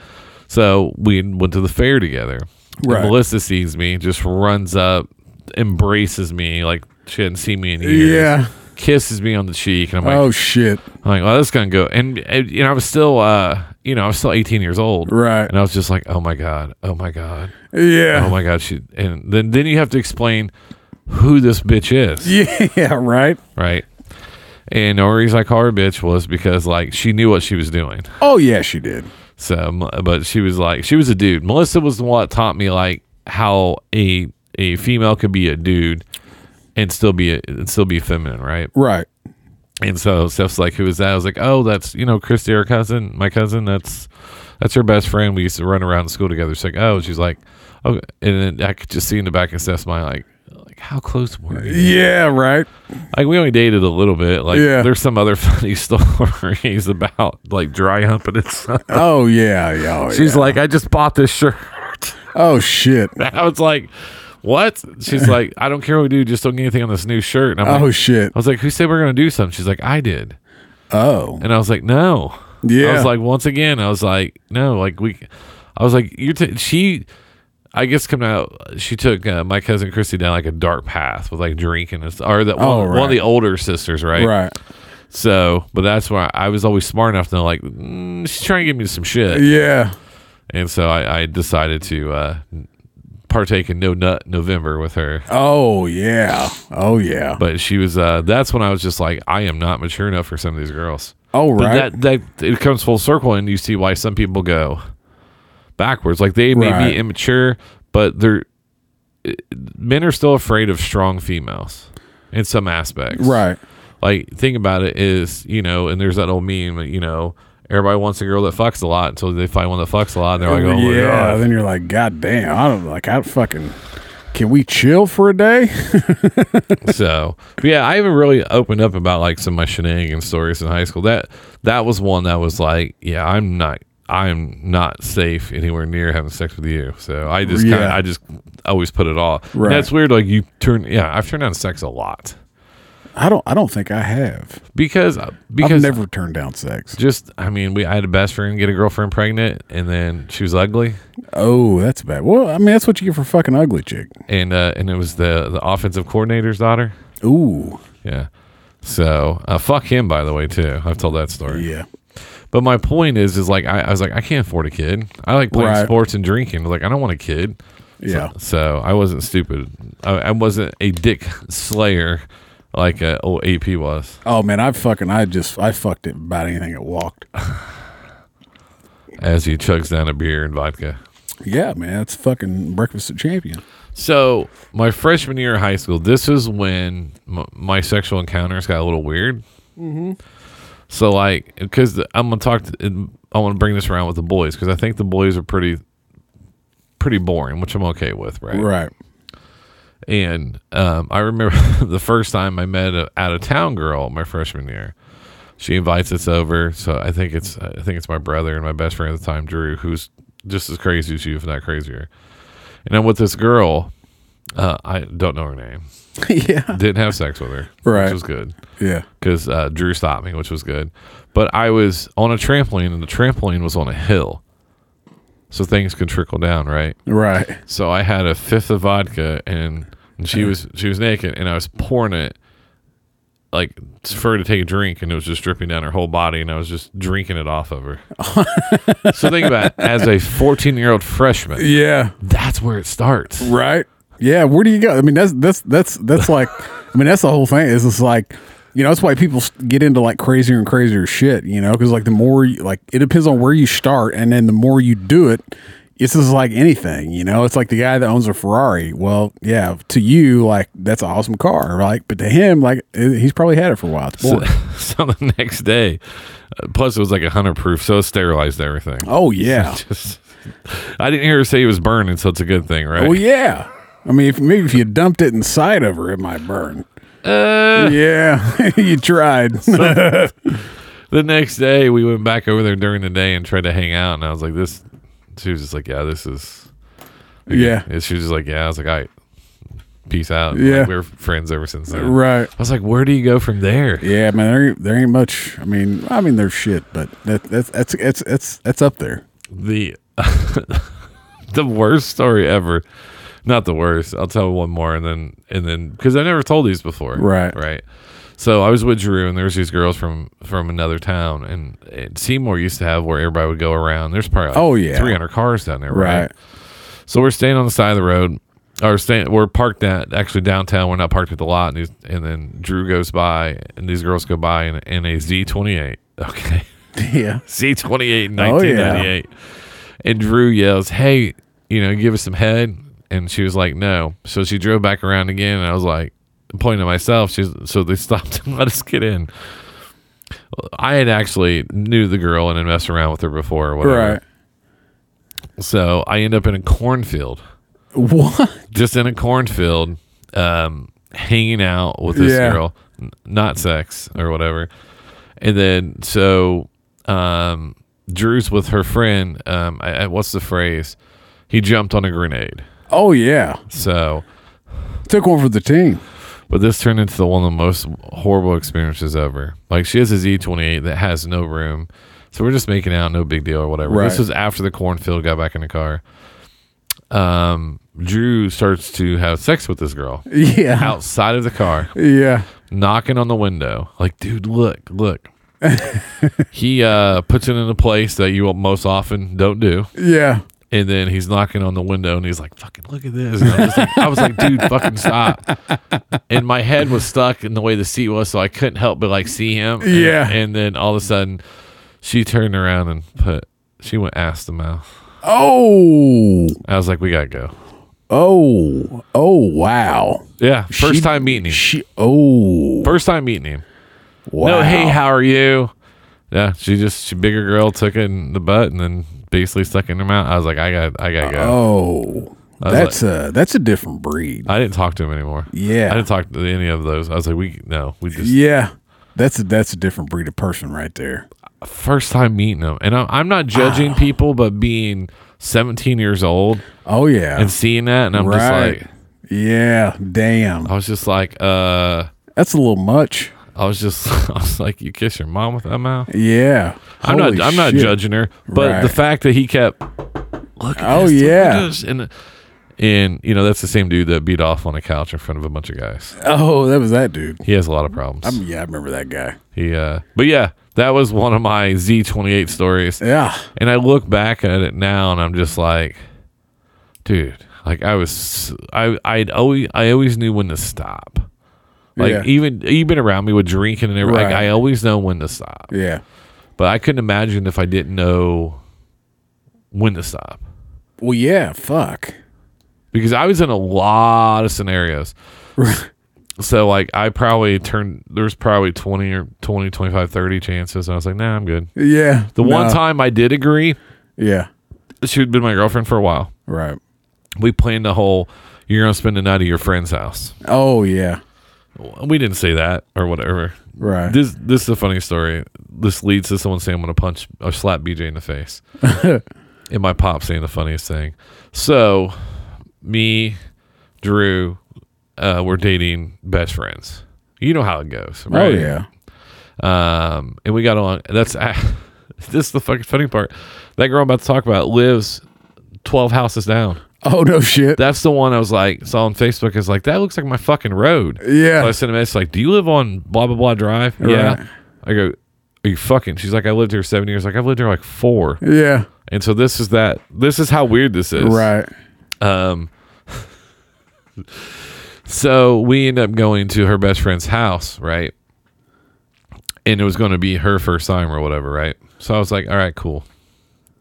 So we went to the fair together. And
Right.
Melissa sees me, just runs up, embraces me like she hadn't seen me in years.
Yeah.
Kisses me on the cheek, and I'm like,
Oh shit.
I'm like, well, this is gonna go. And, and you know, I was still, uh, you know, I was still 18 years old,
Right.
And I was just like, oh my god, oh my god, oh
Yeah.
my god. She, and then then you have to explain who this bitch is,
Yeah. Right.
right? And the only reason I call her a bitch was because like she knew what she was doing.
Oh yeah, she did.
So, m- but she was like, she was a dude. Melissa was the one that taught me like how a a female could be a dude and still be a, and still be feminine, right?
Right.
And so Steph's like, "Who is that?" I was like, "Oh, that's you know Christy, her cousin, my cousin. That's that's her best friend. We used to run around school together." She's like, "Oh," she's like, "Okay," and then I could just see in the back of Steph's mind like. Like how close were you?
Yeah. Right.
Like we only dated a little bit. Like
Yeah.
there's some other funny stories about like dry humping and stuff.
Oh yeah. Yeah. Oh,
She's
yeah.
like, I just bought this shirt.
Oh shit.
I was like, what? She's like, I don't care what we do, just don't get anything on this new shirt. And I'm
Oh
like,
shit.
I was like, who said we're gonna do something? She's like, I did,
Oh.
and I was like, no.
Yeah.
I was like, once again, I was like, no, like we, I was like, you're t- she. I guess coming out, she took uh, my cousin Christy down like a dark path with like drinking and stuff, or that one
Oh,
one of
right.
the older sisters, right?
Right.
So, but that's why I was always smart enough to know, like, mm, she's trying to give me some shit.
Yeah.
and so I, I decided to uh, partake in No Nut November with her.
Oh yeah. Oh yeah.
But she was uh, that's when I was just like, I am not mature enough for some of these girls.
Oh
But
right.
that that it comes full circle, and you see why some people go backwards. Like they may
Right.
be immature, but they're men are still afraid of strong females in some aspects,
right.
like think about it is you know and there's that old meme you know everybody wants a girl that fucks a lot until they find one that fucks a lot and they're like oh my
yeah.
god
Then you're like, God damn. I don't like. I fucking. Can we chill for a day?
so but yeah i haven't really opened up about like some of my shenanigans stories in high school that that was one that was like yeah i'm not i'm not safe anywhere near having sex with you so i just kind of
Yeah.
i just always put it off And
Right.
that's weird like you turn yeah i've turned down sex a lot
I don't. I don't think I have.
because uh, because
I've never turned down sex.
just i mean we i had a best friend get a girlfriend pregnant and then she was ugly
Oh, that's bad. Well, I mean, that's what you get for fucking ugly chick.
and uh, and it was the the offensive coordinator's daughter.
Ooh.
Yeah. So uh, fuck him, by the way, too. I've told that story.
Yeah.
But my point is, is like I, I was like, I can't afford a kid. I like playing
Right.
sports and drinking. Like I don't want a kid.
Yeah.
So I wasn't stupid. I, I wasn't a dick slayer like uh, old AP was.
Oh man, I fucking I just I fucked it about anything that walked.
As he chugs down a beer and vodka.
Yeah, man, that's fucking breakfast of champion.
So my freshman year of high school, this is when m- my sexual encounters got a little weird. So like, because I'm gonna talk, to, I want to bring this around with the boys because I think the boys are pretty, pretty boring, which I'm okay with, right?
Right.
And um, I remember the first time I met a out of town girl my freshman year. She invites us over, so I think it's I think it's my brother and my best friend at the time, Drew, who's just as crazy as you, if not crazier. And I'm with this girl. Uh, I don't know her name.
yeah.
Didn't have sex with her,
Right.
Which was good
Yeah.
because uh, Drew stopped me, which was good. But I was on a trampoline, and the trampoline was on a hill, so things could trickle down, right?
Right.
So I had a fifth of vodka, and, and she was she was naked, and I was pouring it like for her to take a drink, and it was just dripping down her whole body, and I was just drinking it off of her. so think about it, as a fourteen year old freshman,
Yeah.
that's where it starts.
Right. Yeah. Where do you go? I mean, that's that's that's that's like I mean, that's the whole thing. Is it's like You know, that's why people s- get into like crazier and crazier shit, you know, because like the more, you, like, it depends on where you start. And then the more you do it, it's just like anything, you know, it's like the guy that owns a Ferrari. Well, yeah, to you, like, that's an awesome car, right? But to him, like, i- he's probably had it for a while. It's
So,
boring.
so the next day, uh, plus it was like a hundred proof, so it sterilized everything.
oh, yeah.
Just, I didn't hear her say he was burning, so it's a good thing, right?
Well, Oh, yeah. I mean, if, maybe if you dumped it inside of her, it might burn.
Uh,
Yeah, you tried.
the next day, we went back over there during the day and tried to hang out, and I was like, "This." She was just like, "Yeah, this is."
yeah.
And she was just like, "Yeah." I was like, "All right, peace out." And,
Yeah.
like, we were friends ever since then.
Right.
I was like, "Where do you go from there?"
Yeah, man, there ain't, there ain't much. I mean, I mean, there's shit, but that, that's that's that's that's that's up there.
the the worst story ever. Not the worst. I'll tell one more and then and then because I never told these before.
Right.
Right. So I was with Drew and there was these girls from from another town and, and Seymour used to have where everybody would go around. There's probably like
Oh, yeah.
300 cars down there.
Right.
right. So we're staying on the side of the road, or staying. We're parked at actually downtown. We're not parked at the lot, and, these, and then Drew goes by, and these girls go by in, in a Z twenty eight. Okay,
Yeah.
Z twenty eight,
Oh, yeah.
nineteen ninety eight, and Drew yells, "Hey, you know, give us some head." And she was like, "No." So she drove back around again, and I was like, pointing at myself. She's so they stopped and let us get in. I had actually knew the girl and had messed around with her before, or whatever.
Right.
So I end up in a cornfield
What?
just in a cornfield, um, hanging out with this
Yeah.
girl, n- not sex or whatever. And then so um, Drew's with her friend. Um, I, I- what's the phrase? He jumped on a grenade.
Oh yeah,
So,
took one for the team.
but this turned into one of the most horrible experiences ever. Like she has a Z28 that has no room. So we're just making out, no big deal or whatever.
Right.
This was after the cornfield got back in the car. Um, Drew starts to have sex with this girl
Yeah.
outside of the car.
Yeah.
knocking on the window like dude look look he uh puts it in a place that you most often don't do
Yeah.
and then he's knocking on the window and he's like fucking look at this and I, was like, I was like dude fucking stop and my head was stuck in the way the seat was so i couldn't help but like see him And-
Yeah.
and, then all of a sudden she turned around and put she went ass to mouth
Oh.
i was like we gotta go
Oh. Oh. Wow.
yeah first
She-
time meeting him
She. Oh.
first time meeting him
Wow.
No, hey, how are you? Yeah, she just she bigger girl took it in the butt and then basically stuck it in her mouth. I was like, I got, I gotta go.
Oh.
was
That's a that's a different breed.
I didn't talk to him anymore.
Yeah.
I didn't talk to any of those. I was like, we no, we just
Yeah. That's a that's a different breed of person right there.
first time meeting them, and I'm, I'm not judging
Ah.
people, but being 17 years old
Oh yeah.
and seeing that, and I'm
right.
just like,
yeah. Damn.
I was just like, uh,
That's a little much.
I was just, I was like, you kiss your mom with that mouth.
Yeah.
I'm not,
Holy
I'm not
shit.
judging her, but
Right.
the fact that he kept
Oh
Yes, look at
yeah.
this. And and you know that's the same dude that beat off on a couch in front of a bunch of guys.
Oh, that was that dude.
He has a lot of problems.
Yeah, I remember that guy.
he uh but yeah, that was one of my Z28 stories.
Yeah.
And I look back at it now and I'm just like dude, like I was I I'd always I always knew when to stop. Like
Yeah.
even even around me with drinking and everything, like
Right.
I always know when to stop.
Yeah.
But I couldn't imagine if I didn't know when to stop.
Well, yeah. Fuck.
because I was in a lot of scenarios. so like I probably turned there's probably 20 or 20 25 30 chances and I was like, "Nah, I'm good."
Yeah.
The one
No.
time I did agree,
Yeah.
she had been my girlfriend for a while.
Right.
We planned the whole you're going to spend the night at your friend's house.
Oh yeah.
We didn't say that or whatever.
Right.
This this is a funny story. This leads to someone saying I'm going to punch or slap BJ in the face. and my pop saying the funniest thing. So, me, Drew, uh, we're dating best friends. You know how it goes, right?
Oh yeah.
Um, and we got on. That's this is the fucking funny part. That girl I'm about to talk about lives twelve houses down.
Oh no shit.
That's the one I was like saw on Facebook. Is like that looks like my fucking road.
Yeah.
So I sent a message like, "Do you live on blah blah blah drive?" Yeah. I go, "Are you fucking?" She's like, "I lived here seven years." Like I've lived here like four.
yeah.
And so this is that. This is how weird this is.
Right.
Um. So we end up going to her best friend's house, right? and it was going to be her first time or whatever, right? So I was like, all right, cool.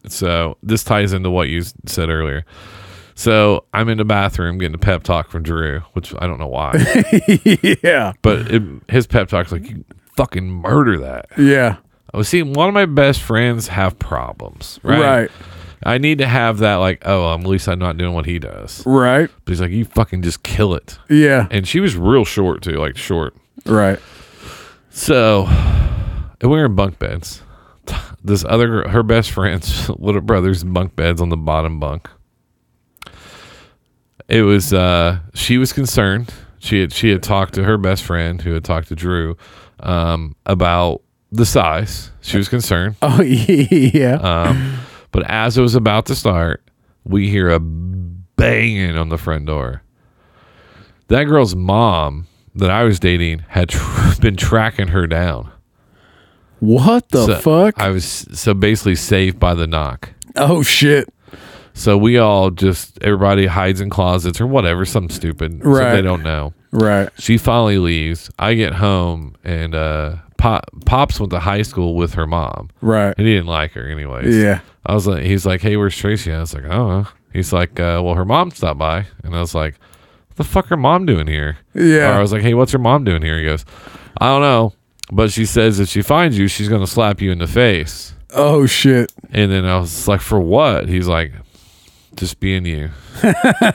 So this ties into what you s- said earlier. So I'm in the bathroom getting a pep talk from Drew, which I don't know why,
yeah.
but it, his pep talk's like, you fucking murder that.
Yeah.
I was seeing one of my best friends have problems, right?
Right. Right.
I need to have that, like, oh, um, at least I'm not doing what he does. But he's like, you fucking just kill it.
Yeah.
And she was real short, too, like short.
Right.
So, and we were in bunk beds. This other, her best friend's little brother's bunk beds on the bottom bunk. It was, uh, she was concerned. She had, she had talked to her best friend who had talked to Drew, um, about the size. She was concerned.
Oh yeah.
Um, but as it was about to start, we hear a banging on the front door. That girl's mom that I was dating had tr- been tracking her down.
what the
so
fuck?
I was so basically saved by the knock.
oh shit.
So we all just everybody hides in closets or whatever, some stupid,
Right.
so they don't know.
Right.
She finally leaves. I get home and uh, Pop, pops went to high school with her mom.
Right.
And he didn't like her anyways.
Yeah.
I was like, he's like, hey, where's Tracy? I was like, I don't know. He's like, uh, well, her mom stopped by. And I was like, what the fuck her mom doing here?
Yeah.
Or I was like, hey, what's her mom doing here? He goes, I don't know. But she says if she finds you, she's going to slap you in the face.
Oh shit.
And then I was like, for what? He's like, just being you.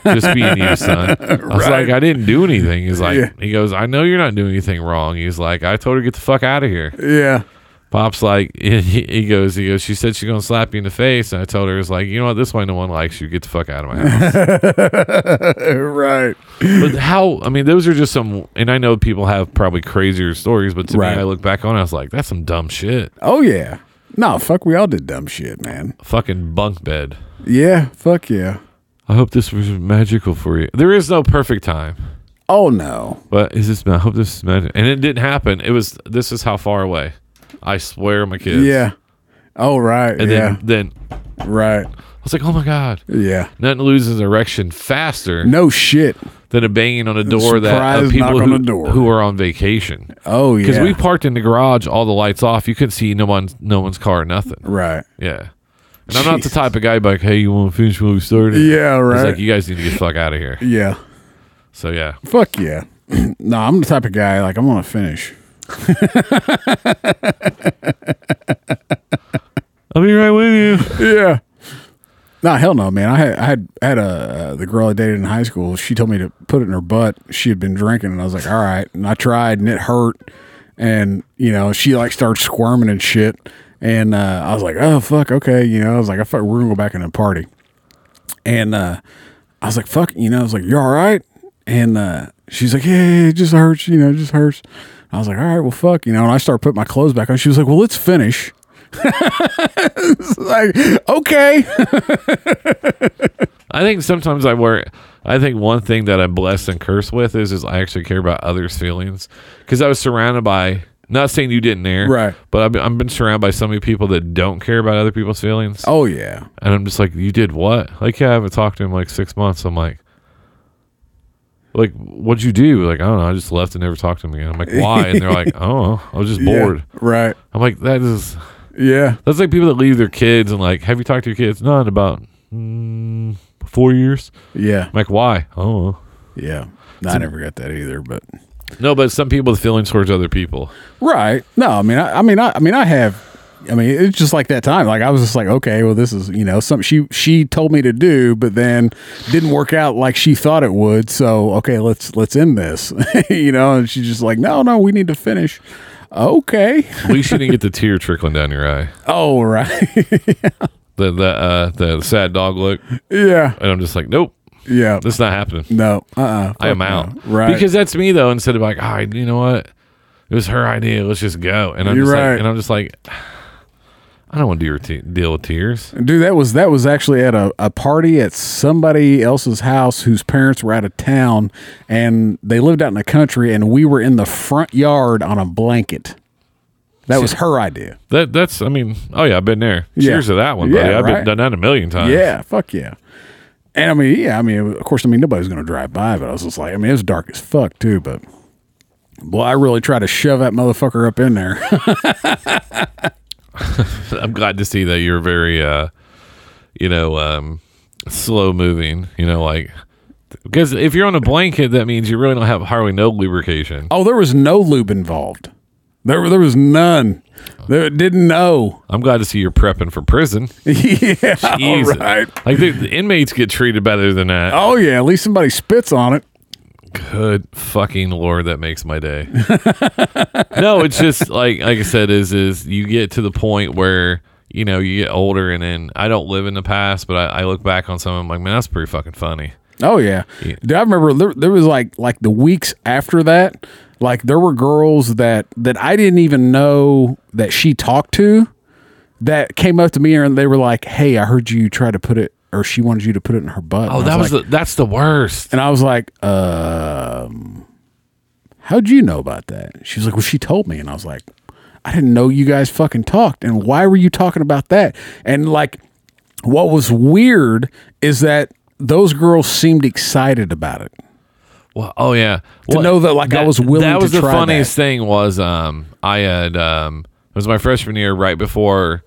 just being you, son. I was
Right.
like, I didn't do anything. He's like,
Yeah.
he goes, I know you're not doing anything wrong. He's like, I told her, get the fuck out of here.
Yeah.
Pop's like, he he goes, he goes, she said she's gonna slap you in the face, and I told her, it's like, you know what, this way no one likes you. Get the fuck out of my house.
right.
but how? I mean, those are just some, and I know people have probably crazier stories, but to
Right.
me, I look back on, it, I was like, that's some dumb shit.
Oh yeah. No, fuck we all did dumb shit, man.
Fucking bunk bed.
Yeah, fuck yeah.
I hope this was magical for you. There is no perfect time,
Oh no.
but is this? I hope this is magic. And it didn't happen. It was. This is how far away. I swear, my kids.
Yeah. Oh right.
And
yeah.
then, then
right.
I was like, oh my god,
Yeah.
nothing loses an erection faster.
No shit.
than a banging on a door that
Surprise
of people
knock on
who,
the door.
who are on vacation.
Oh yeah.
Because we parked in the garage, all the lights off. You couldn't see no one's no one's car, nothing.
right.
Yeah. And I'm not the
Jesus.
type of guy be like, hey, you want to finish what we started?
Yeah,
It's
right.
like you guys need to get the fuck out of here.
yeah.
So yeah,
Fuck yeah. no, I'm the type of guy like I'm gonna finish.
I'll be right with you.
Yeah. No, hell no, man. I had I had had a uh, the girl I dated in high school. She told me to put it in her butt. She had been drinking, and I was like, all right. And I tried, and it hurt. And you know, she like started squirming and shit. And uh, I was like, oh fuck, okay. You know, I was like, I fuck, we're gonna go back in the party. And uh, I was like, fuck, you know, I was like, you all right? And uh, she's like, yeah, yeah, yeah, it just hurts, you know, it just hurts. I was like, all right, well, fuck, you know. And I started putting my clothes back on. She was like, well, let's finish. It's like, okay.
I think sometimes I worry. I think one thing that I'm blessed and cursed with is is I actually care about others' feelings because I was surrounded by. Not saying you didn't there,
Right.
But I've been, I've been surrounded by so many people that don't care about other people's feelings.
Oh yeah.
And I'm just like, you did what? Like, yeah, I haven't talked to him in like six months. I'm like, like, what'd you do? Like, I don't know. I just left and never talked to him again. I'm like, why? And they're like, oh, I was just bored.
Yeah, right.
I'm like, that is
Yeah.
that's like people that leave their kids and like, have you talked to your kids? No, in about mm, four years.
Yeah.
I'm like, why? Oh,
Yeah. No, I never got that either, but
no. But some people with feelings towards other people.
right. No, I mean, I, I mean, I, I mean, I have. I mean, it's just like that time. Like I was just like, okay, well, this is you know something she she told me to do, but then didn't work out like she thought it would. So okay, let's let's end this, you know. And she's just like, no, no, we need to finish. Okay.
We shouldn't get the tear trickling down your eye.
Oh right.
The the uh, the sad dog look.
yeah.
And I'm just like, nope,
Yeah.
that's not happening.
No. Uh. uh
I am out.
Right.
Because that's me though. Instead of like, ah, you know what? It was her idea. Let's just go. And I'm
You're
just
right.
like, and I'm just like, I don't want to do your te- deal with tears.
Dude, that was that was actually at a, a party at somebody else's house whose parents were out of town and they lived out in the country and we were in the front yard on a blanket. That was her idea.
That that's. I mean, oh yeah, I've been there.
Yeah.
Cheers to that one, buddy.
Yeah,
I've
right.
been done that a million times.
Yeah, fuck yeah. And I mean, yeah, I mean, of course, I mean, nobody was going to drive by, but I was just like, I mean, it was dark as fuck too, but Well, I really try to shove that motherfucker up in there.
I'm glad to see that you're very, uh, you know, um, slow moving. You know, like because if you're on a blanket, that means you really don't have hardly no lubrication.
oh, there was no lube involved. There, there was none. There, didn't know.
I'm glad to see you're prepping for prison.
yeah, all
Jesus.
right.
Like the, the inmates get treated better than that.
Oh yeah, at least somebody spits on it.
Good fucking lord, that makes my day. no, it's just like like I said, is is you get to the point where you know you get older, and then I don't live in the past, but I, I look back on some. I'm like, man, that's pretty fucking funny.
Oh yeah. Dude, I remember there, there was like like the weeks after that, like there were girls that that I didn't even know that she talked to that came up to me and they were like, "Hey, I heard you try to put it or she wanted you to put it in her butt."
Oh,
And I
that was
like,
the, that's the worst.
And I was like, "Um How'd you know about that?" She was like, "Well, she told me." And I was like, "I didn't know you guys fucking talked. And why were you talking about that?" And like what was weird is that those girls seemed excited about it.
Well, oh yeah, to
know that, like, I was willing
That
to
was the
try
funniest thing was um I had um it was my freshman year right before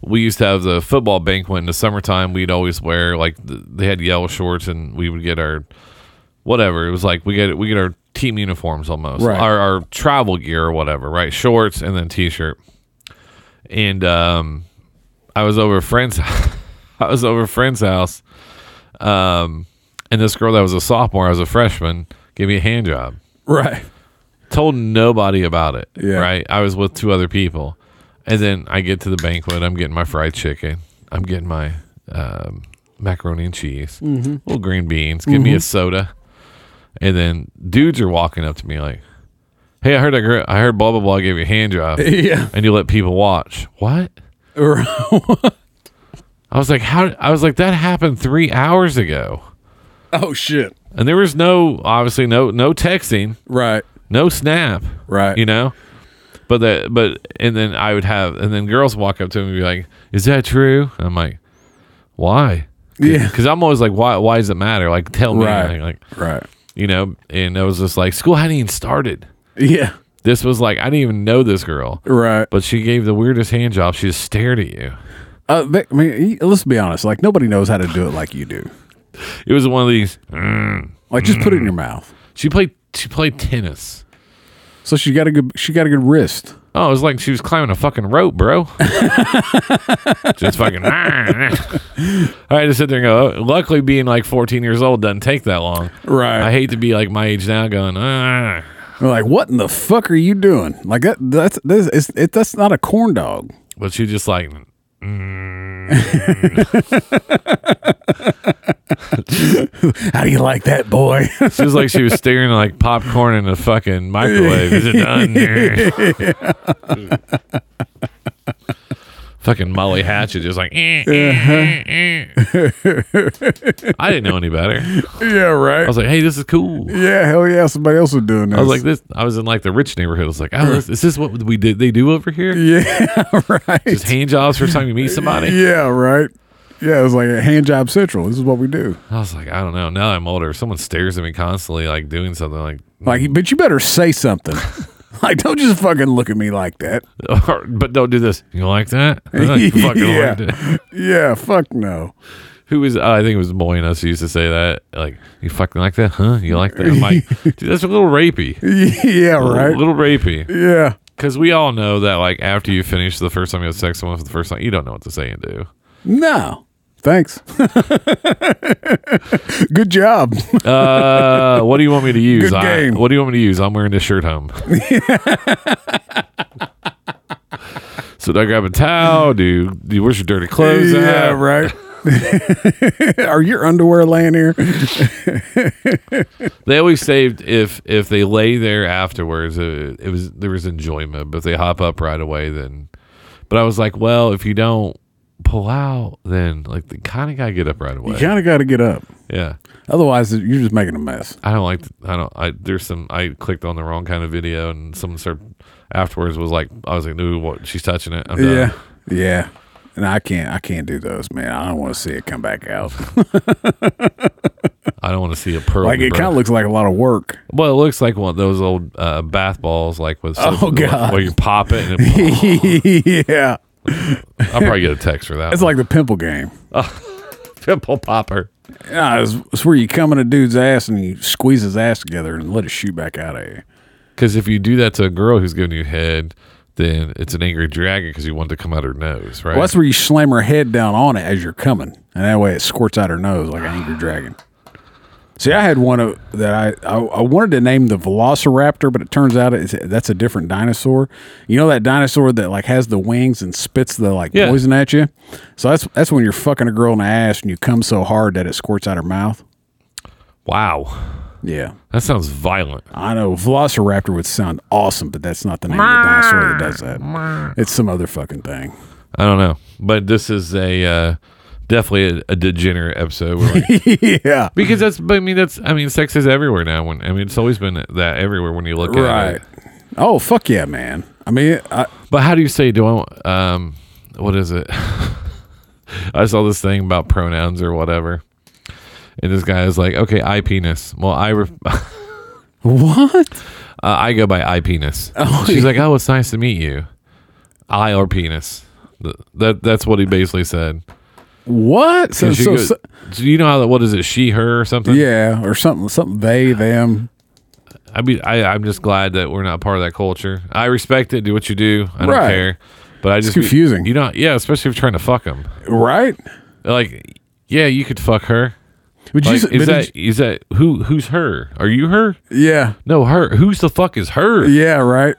we used to have the football banquet in the summertime. We'd always wear like th- they had yellow shorts and we would get our whatever it was like we get we get our team uniforms almost
Right.
our, our travel gear or whatever right shorts and then t-shirt and um I was over a friend's I was over a friend's house um and this girl that was a sophomore, I was a freshman, gave me a hand job.
Right.
Told nobody about it.
Yeah.
Right. I was with two other people. And then I get to the banquet. I'm getting my fried chicken. I'm getting my um, macaroni and cheese, little green beans. Give me a soda. And then dudes are walking up to me like, "Hey, I heard I, gr- I heard blah blah blah gave you a hand job,
Yeah.
and you let people watch. What?
oh
I was like, how? I was like, that happened three hours ago,
Oh, shit.
and there was no obviously no no texting.
Right.
no snap
Right.
you know but that but and then i would have and then girls walk up to me and be like is that true i'm like why
Yeah.
because i'm always like why why does it matter like tell me
Right.
like, like
Right.
you know and i was just like school hadn't even started
Yeah.
this was like i didn't even know this girl
Right.
but she gave the weirdest hand job she just stared at you
Uh, they, I mean, y- let's be honest. Like nobody knows how to do it like you do.
it was one of these "Mm."
Like just put it in your mouth.
she played she played tennis
So she got a good. She got a good wrist.
Oh, it was like she was climbing a fucking rope, bro. just fucking. I had to sit there and go. "Oh, Luckily, being like 14 years old doesn't take that long.
Right.
I hate to be like my age now, going. "Ah."
We're like, what in the fuck are you doing? Like that. That's this. Is, it, that's not a corn dog.
But she just like.
How do you like that, boy?
She was like she was staring like popcorn in a fucking microwave. Is it done? fucking Molly Hatchet just like. "Eh, eh, eh, eh." I didn't know any better.
yeah. Right.
I was like, hey, this is cool.
yeah. Hell yeah. Somebody else was doing this.
I was like this. I was in like the rich neighborhood. I was like, oh, is, is this what we did? They do over here?
yeah. Right.
Just hand jobs for time you meet somebody.
Yeah. Right. Yeah. It was like a hand job central. This is what we do.
I was like, I don't know. Now I'm older. If someone stares at me constantly, like doing something, like,
Like, but you better say something. like, don't just fucking look at me like that.
or, but don't do this. You like that? I like fucking
yeah.
liked it.
yeah, fuck no.
Who was? I think it was Moynos who used to say that. Like, you fucking like that? Huh? You like that? I'm like, dude, that's a little rapey.
Yeah,
A
right.
little rapey.
Yeah.
Because we all know that, like, after you finish the first time you have sex with someone for the first time, you don't know what to say and do.
No. Thanks. Good job.
Uh, what do you want me to use?
Good game.
I, what do you want me to use? I'm wearing this shirt home. so do I grab a towel? Do, do where's your dirty clothes?
yeah,
at?
right. Are your underwear laying here?
They always saved if if they lay there afterwards. It, it was there was enjoyment, but if they hop up right away, then. But I was like, well, if you don't pull out, then like they kind of gotta get up right
You
away.
kind of got to get up.
Yeah.
Otherwise, you're just making a mess.
I don't like. I don't. I there's some. I clicked on the wrong kind of video, and someone started afterwards was like, I was like, "Ooh, what? She's touching it." I'm
Yeah.
done.
Yeah. And I can't I can't do those, man. I don't want to see it come back out.
I I don't want to see a pearl.
Like
in
it
your
kind of
breath.
looks like a lot of work.
Well, it looks like one of those old uh, bath balls, like with
Oh,
soap-
God.
where you pop it. And it
yeah,
I'll probably get a text for that.
it's
one.
like the pimple game.
pimple popper.
Nah, it's, it's where you come in a dude's ass and you squeeze his ass together and let it shoot back out of you.
Because if you do that to a girl who's giving you head, then it's an angry dragon because you want it to come out her nose, right?
Well, that's where you slam her head down on it as you're coming, and that way it squirts out her nose like an angry dragon. See, I had one of, that I, I I wanted to name the Velociraptor, but it turns out it's, that's a different dinosaur. You know that dinosaur that like has the wings and spits the like
Yeah.
poison at you. So that's that's when you're fucking a girl in the ass and you come so hard that it squirts out her mouth.
wow,
Yeah,
that sounds violent.
I know Velociraptor would sound awesome, but that's not the name of the dinosaur that does that. It's some other fucking thing.
I don't know, but this is a uh, definitely a, a degenerate episode. We're like-
yeah,
because that's, but I mean, that's, I mean, sex is everywhere now. When I mean, it's always been that everywhere when you look at
right.
it.
Oh fuck yeah, man. I mean, I,
But how do you say do I? want- Um, what is it? I saw this thing about pronouns or whatever, and this guy is like, "Okay, I penis." Well, I re- uh,
What?
I go by I penis.
Oh,
She's
yeah.
like, "Oh, it's nice to meet you." I or penis. Th- That that's what he basically said.
What? So,
'Cause you
so,
go-
so-
do you know how what is it? She her or something?
yeah, or something, something they, them.
I mean, I I'm just glad that we're not part of that culture. I respect it. Do what you do. I don't
Right.
care. But I just
confusing.
You know, yeah, especially if you're trying to fuck them.
Right?
like yeah you could fuck her
Would
like,
you,
is
but did
that is that who who's her are you her
you- yeah,
no her who's the fuck is her
yeah, right.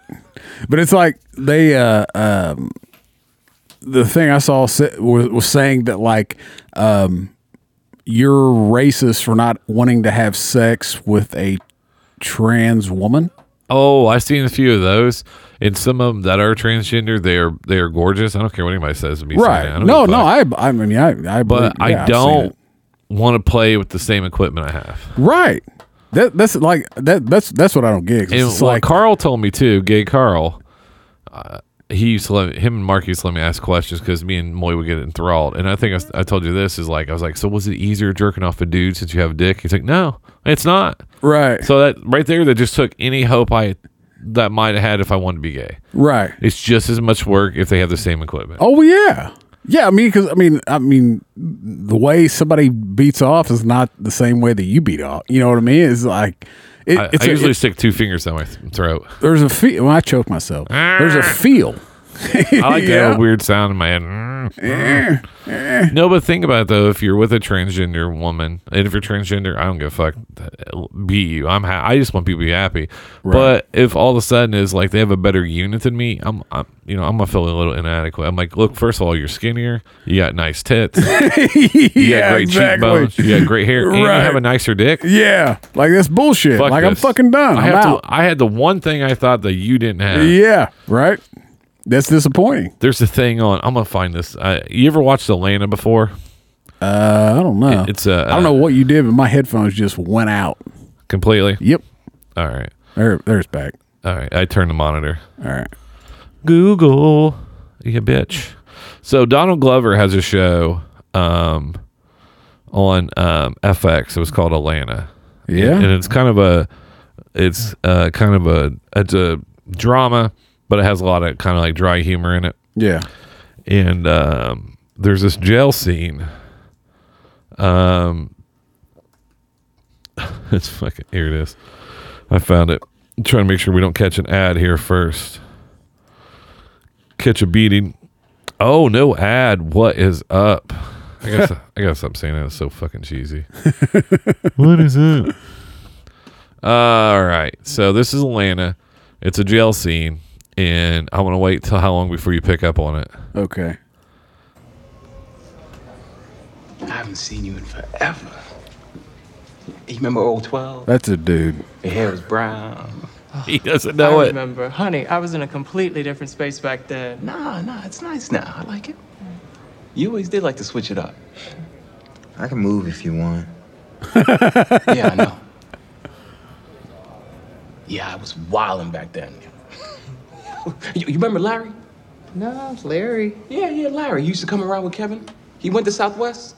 But it's like they, uh, um, the thing I saw sa- was, was saying that like, um, you're racist for not wanting to have sex with a trans woman.
oh i've seen a few of those and some of them that are transgender they are they are gorgeous i don't care what anybody says to me saying that. I
Right.
don't
No,
give a
no,
fuck.
I, I mean, I, I,
but
believe- yeah,
i
I've seen it.
don't want to play with the same equipment i have
Right. That, that's like, that, that's, that's what I don't get. 'cause
and
It's
what
like,
carl told me too gay carl uh, he used to let him and Mark used to let me ask questions because me and Moy would get enthralled. And I think I s- I, told you this is like I was like, so was it easier jerking off a dude since you have a dick? He's like, no, it's not.
right.
So that right there, that just took any hope I that might have had if I wanted to be gay.
right.
It's just as much work if they have the same equipment.
Oh yeah, yeah. I mean, because I mean, I mean, the way somebody beats off is not the same way that you beat off. You know what I mean? It's like it,
I,
Oh, it's
I
a-
usually
it-
stick two fingers down my th- throat.
there's a feel. Well, I choke myself. There's
Ah.
a feel.
I like that
Yeah.
little weird sound in my head. no, but think about it though. If you're with a transgender woman, and if you're transgender, I don't give a fuck. Be you. I'm. Ha- I just want people to be happy. But if all of a sudden is like they have a better unit than me, I'm. I'm you know, I'm gonna feel a little inadequate. I'm like, look, first of all, you're skinnier. You got nice tits. You got great cheekbones. You got great hair. And
Right.
you have a nicer dick.
Yeah, like that's bullshit.
Fuck
like I'm
this.
fucking done.
I
I'm
have to-
out.
I had the one thing I thought that you didn't have.
yeah, right. That's disappointing.
There's a thing on. I'm gonna find this. Uh, you ever watched Atlanta before?
Uh, I don't know.
It's uh, a.
I don't know what you did, but my headphones just went out.
completely.
Yep.
All right.
There, there's back.
All right. I turned the monitor.
All right.
Google, you bitch. So Donald Glover has a show um, on um, FX. It was called Atlanta.
Yeah.
and, and it's kind of a, it's uh, kind of a, it's a drama, but it has a lot of kind of like dry humor in it.
Yeah.
and um, there's this jail scene. Um, it's fucking here it is. I found it. I'm trying to make sure we don't catch an ad here first. Catch a beating. Oh no, ad. What is up? I guess I gotta stop saying that. It's so fucking cheesy. what is up? All right. So this is Atlanta. It's a jail scene, and I want to wait till how long before you pick up on it.
Okay.
I haven't seen you in forever. You remember old 12?
That's a dude.
Your hair was brown.
He doesn't know
I
it.
remember, honey, I was in a completely different space back then.
Nah, nah, it's nice now. I like it. You always did like to switch it up.
I can move if you want.
Yeah, I know. Yeah, I was wilding back then. you, you remember Larry?
No, Larry.
Yeah, yeah, Larry. He used to come around with Kevin. He went to Southwest.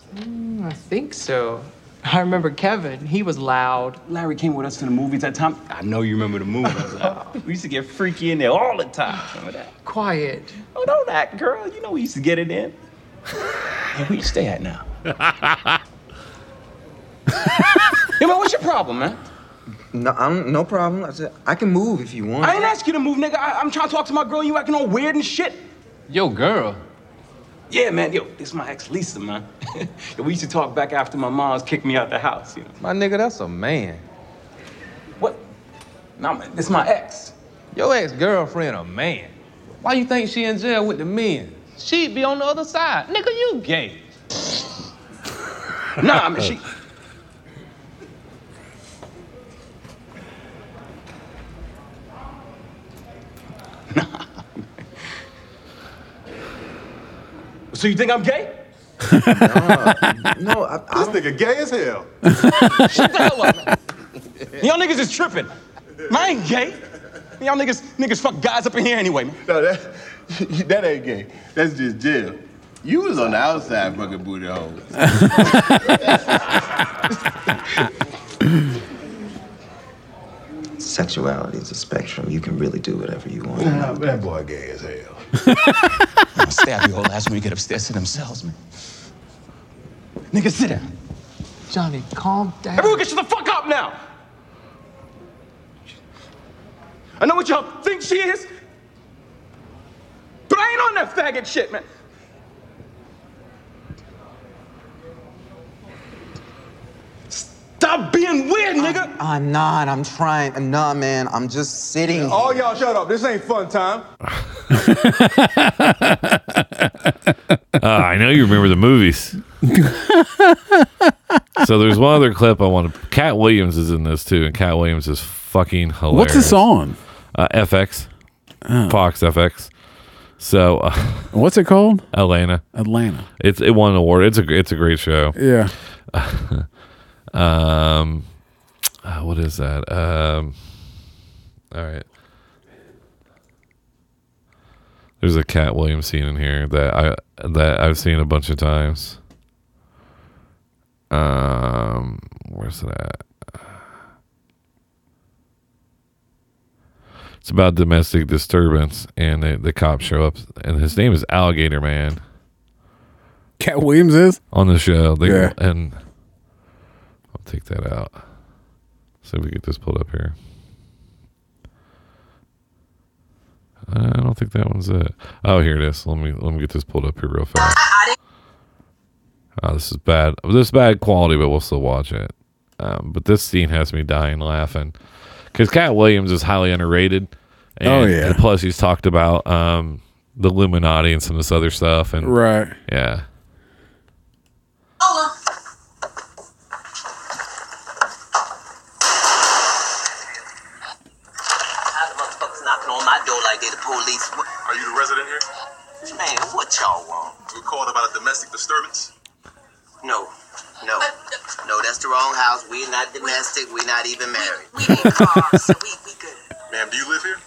I think so. I remember Kevin. He was loud.
Larry came with us to the movies that time. I know you remember the movies. we used to get freaky in there all the time. Remember that?
Quiet.
Oh, don't act, girl. You know we used to get it in. And where you stay at now? yeah, but what's your problem, man?
No, I'm, no problem. I said, I can move if you want.
I ain't ask you to move, nigga. I, I'm trying to talk to my girl. You acting all weird and shit.
Yo, girl.
Yeah, man. Yo, this my ex Lisa, man. we used to talk back after my mom's kicked me out the house. You know
My nigga, that's a man.
what? Nah, man. This my ex.
Your ex girlfriend a man. Why you think she in jail with the men? She'd be on the other side. Nigga, you gay.
Nah, I mean she. Nah. So you think I'm gay?
no, I, I
This
don't.
nigga gay as hell.
Shut the hell up. man. Y'all niggas is tripping. Man, I ain't gay. Y'all niggas, niggas fuck guys up in here anyway, man.
No, that, that ain't gay. That's just jail. You was on the outside fucking booty hole.
Sexuality is a spectrum. You can really do whatever you want.
that boy gay as hell.
Stab your whole ass when you get upstairs to themselves, man. Niggas, sit down.
Johnny, calm down.
Everyone get you the fuck up now! I know what y'all think she is, but I ain't on that faggot shit, man. Stop being weird, nigga!
I'm not. I'm trying. I'm not, man. I'm just sitting.
All y'all shut up. This ain't fun time.
Uh, I know you remember the movies. so there's one other clip I want to. Cat Williams is in this too, and Cat Williams is fucking hilarious.
What's this on?
Uh, FX,
Oh.
Fox FX. So uh,
What's it called?
Atlanta,
Atlanta.
it's it won an award. It's a gr- it's a great show.
Yeah.
Um, uh, what is that? Um, all right. There's a Cat Williams scene in here that I that I've seen a bunch of times. Um, where's it at? It's about domestic disturbance, and the, the cops show up, and his name is Alligator Man
Cat Williams is?
on the show. They,
Yeah.
And I'll take that out. See if we get this pulled up here. I don't think that one's it. Oh, here it is. Let me let me get this pulled up here real fast. Oh, this is bad. This is bad quality, but we'll still watch it. Um, but this scene has me dying laughing because Cat Williams is highly underrated. And,
Oh, yeah.
and plus, he's talked about um, the Illuminati and some of this other stuff. And
Right.
yeah.
How the motherfuckers knocking on my door like they the police? What,
Are you the resident here?
man, what y'all want?
We called about a domestic disturbance.
No, no, no, that's the wrong house. We're not domestic. We're not even married.
We in cars, so we, we good.
Ma'am, do you live here?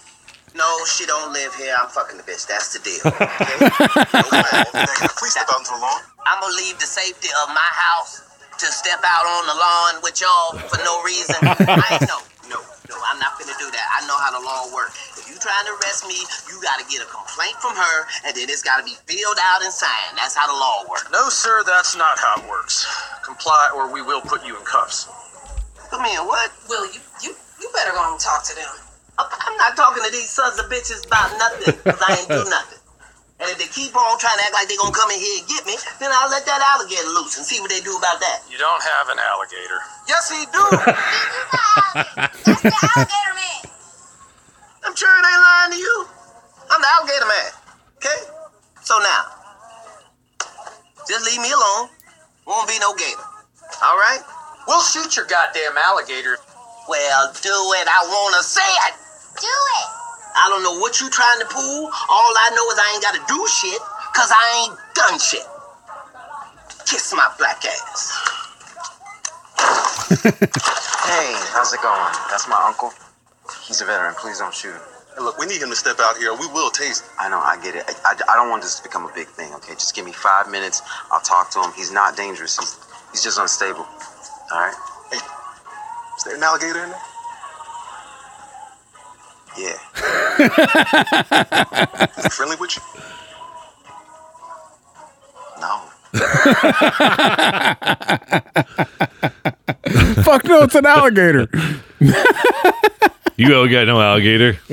No, she don't live here. I'm fucking the bitch. That's the deal. Okay?
Ma'am, please step out into the lawn.
I'm gonna leave the safety of my house to step out on the lawn with y'all for no reason. I ain't- no, no, no. I'm not gonna do that. I know how the law works. If you trying to arrest me, you gotta get a complaint from her, and then it's gotta be filled out and signed. That's how the law works.
No, sir, that's not how it works. Comply or we will put you in cuffs.
Come here, what?
Will you you you better go and talk to them.
I'm not talking to these sons of bitches about nothing because I ain't do nothing. And if they keep on trying to act like they gonna come in here and get me, then I'll let that alligator loose and see what they do about that.
You don't have an alligator.
Yes, he do.
That's the alligator man.
I'm sure it ain't lying to you. I'm the alligator man. Okay? So now, just leave me alone. Won't be no gator. All right?
We'll shoot your goddamn alligator.
Well, do it. I wanna see it.
Do it.
I don't know what you trying to pull. All I know is I ain't gotta do shit, cause I ain't done shit. Kiss my black ass.
Hey, how's it going? That's my uncle. He's a veteran. Please don't shoot him.
Hey, look, we need him to step out here or we will tase him.
I know, I get it. I, I, I don't want this to become a big thing, okay? Just give me five minutes. I'll talk to him. He's not dangerous. He's, he's just unstable. All right.
Hey, is there an alligator in there?
Yeah.
Is he friendly with you?
No.
Fuck no, it's an alligator.
You don't got no alligator.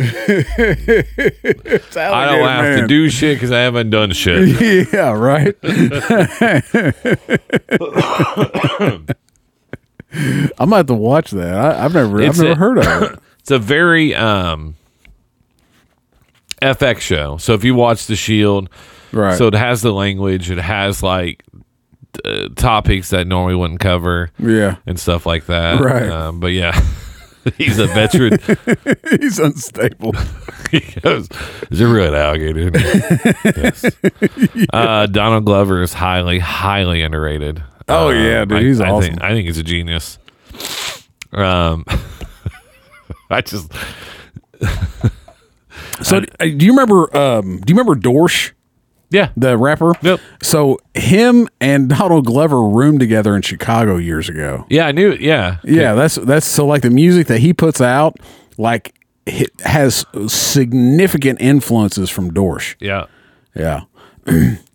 It's
I don't
alligator
have to
man.
do shit because I haven't done shit.
Yeah, right. I'm gonna have to watch that. I, I've never, I've never
a-
heard of it.
It's a very um, FX show. So if you watch The Shield,
Right.
So it has the language. It has like uh, topics that normally wouldn't cover.
Yeah.
and stuff like that.
Right.
Um, but yeah, he's a veteran.
He's unstable.
he goes, "Is it real alligator?" in there?" yes. Uh, Donald Glover is highly, highly underrated.
Oh,
Um,
yeah, dude,
I-
he's
I
awesome.
Think, I think he's a genius. Um, I just
So, uh, do you remember? Um, do you remember Dorsch?
Yeah,
the rapper.
Yep.
So him and Donald Glover roomed together in Chicago years ago.
yeah, I knew. Yeah,
Yeah, that's that's so like the music that he puts out, like hi- has significant influences from Dorsch.
yeah.
Yeah.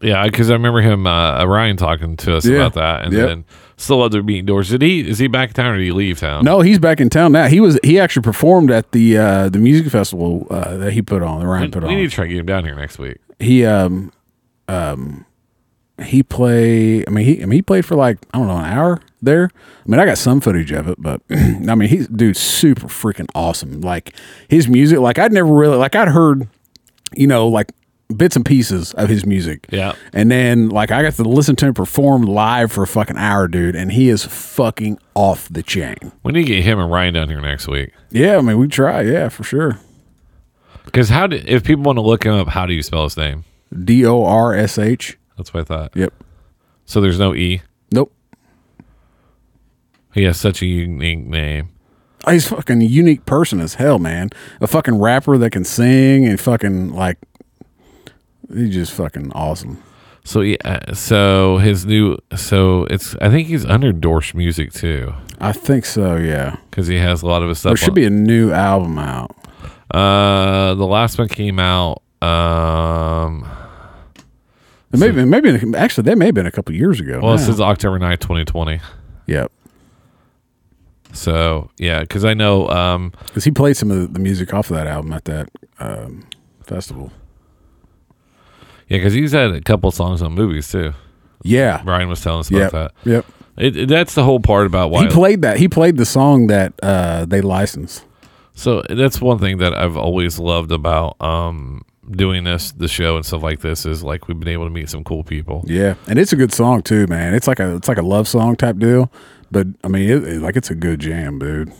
Yeah, because I remember him, uh, Ryan, talking to us
Yeah.
about that, and
Yep.
then still other meeting doors. Did he? Is he back in town or did he leave town?
No, he's back in town now. He was he actually performed at the uh, the music festival uh, that he put on that Ryan put
we
on.
need to try to get him down here next week.
he um um he play I mean he I mean he played for like I don't know an hour there. I mean I got some footage of it, but I mean he's dude super freaking awesome. Like his music, like I'd never really like I'd heard you know like bits and pieces of his music.
Yeah.
And then like I got to listen to him perform live for a fucking hour, dude, and he is fucking off the chain.
We need to get him and Ryan down here next week.
Yeah, I mean we try, yeah, for sure.
Because how do if people want to look him up, how do you spell his name?
D O R S H.
That's what I thought.
Yep.
So there's no e.
Nope.
He has such a unique name.
Oh, he's a fucking unique person as hell, man. A fucking rapper that can sing and fucking like he's just fucking awesome.
So he, uh, so his new so it's I think he's under Dorsch Music too
I think so, yeah.
because he has a lot of his stuff.
There should
on-
be a new album out.
Uh, the last one came out. Um,
It may, it may be- actually that may have been a couple years ago.
well, this
now.
is October 9th, 2020.
yep.
So yeah, because I know um,
Because he played some of the music off of that album at that um, festival.
yeah, because he's had a couple songs on movies too.
Yeah.
Ryan was telling us
Yep.
about that.
Yep.
It, it- that's the whole part about why
He played that. He played the song that uh, they licensed.
So that's one thing that I've always loved about um doing this the show and stuff like this is like we've been able to meet some cool people.
Yeah, and it's a good song too, man. It's like a it's like a love song type deal, but I mean, it, it- like it's a good jam, dude.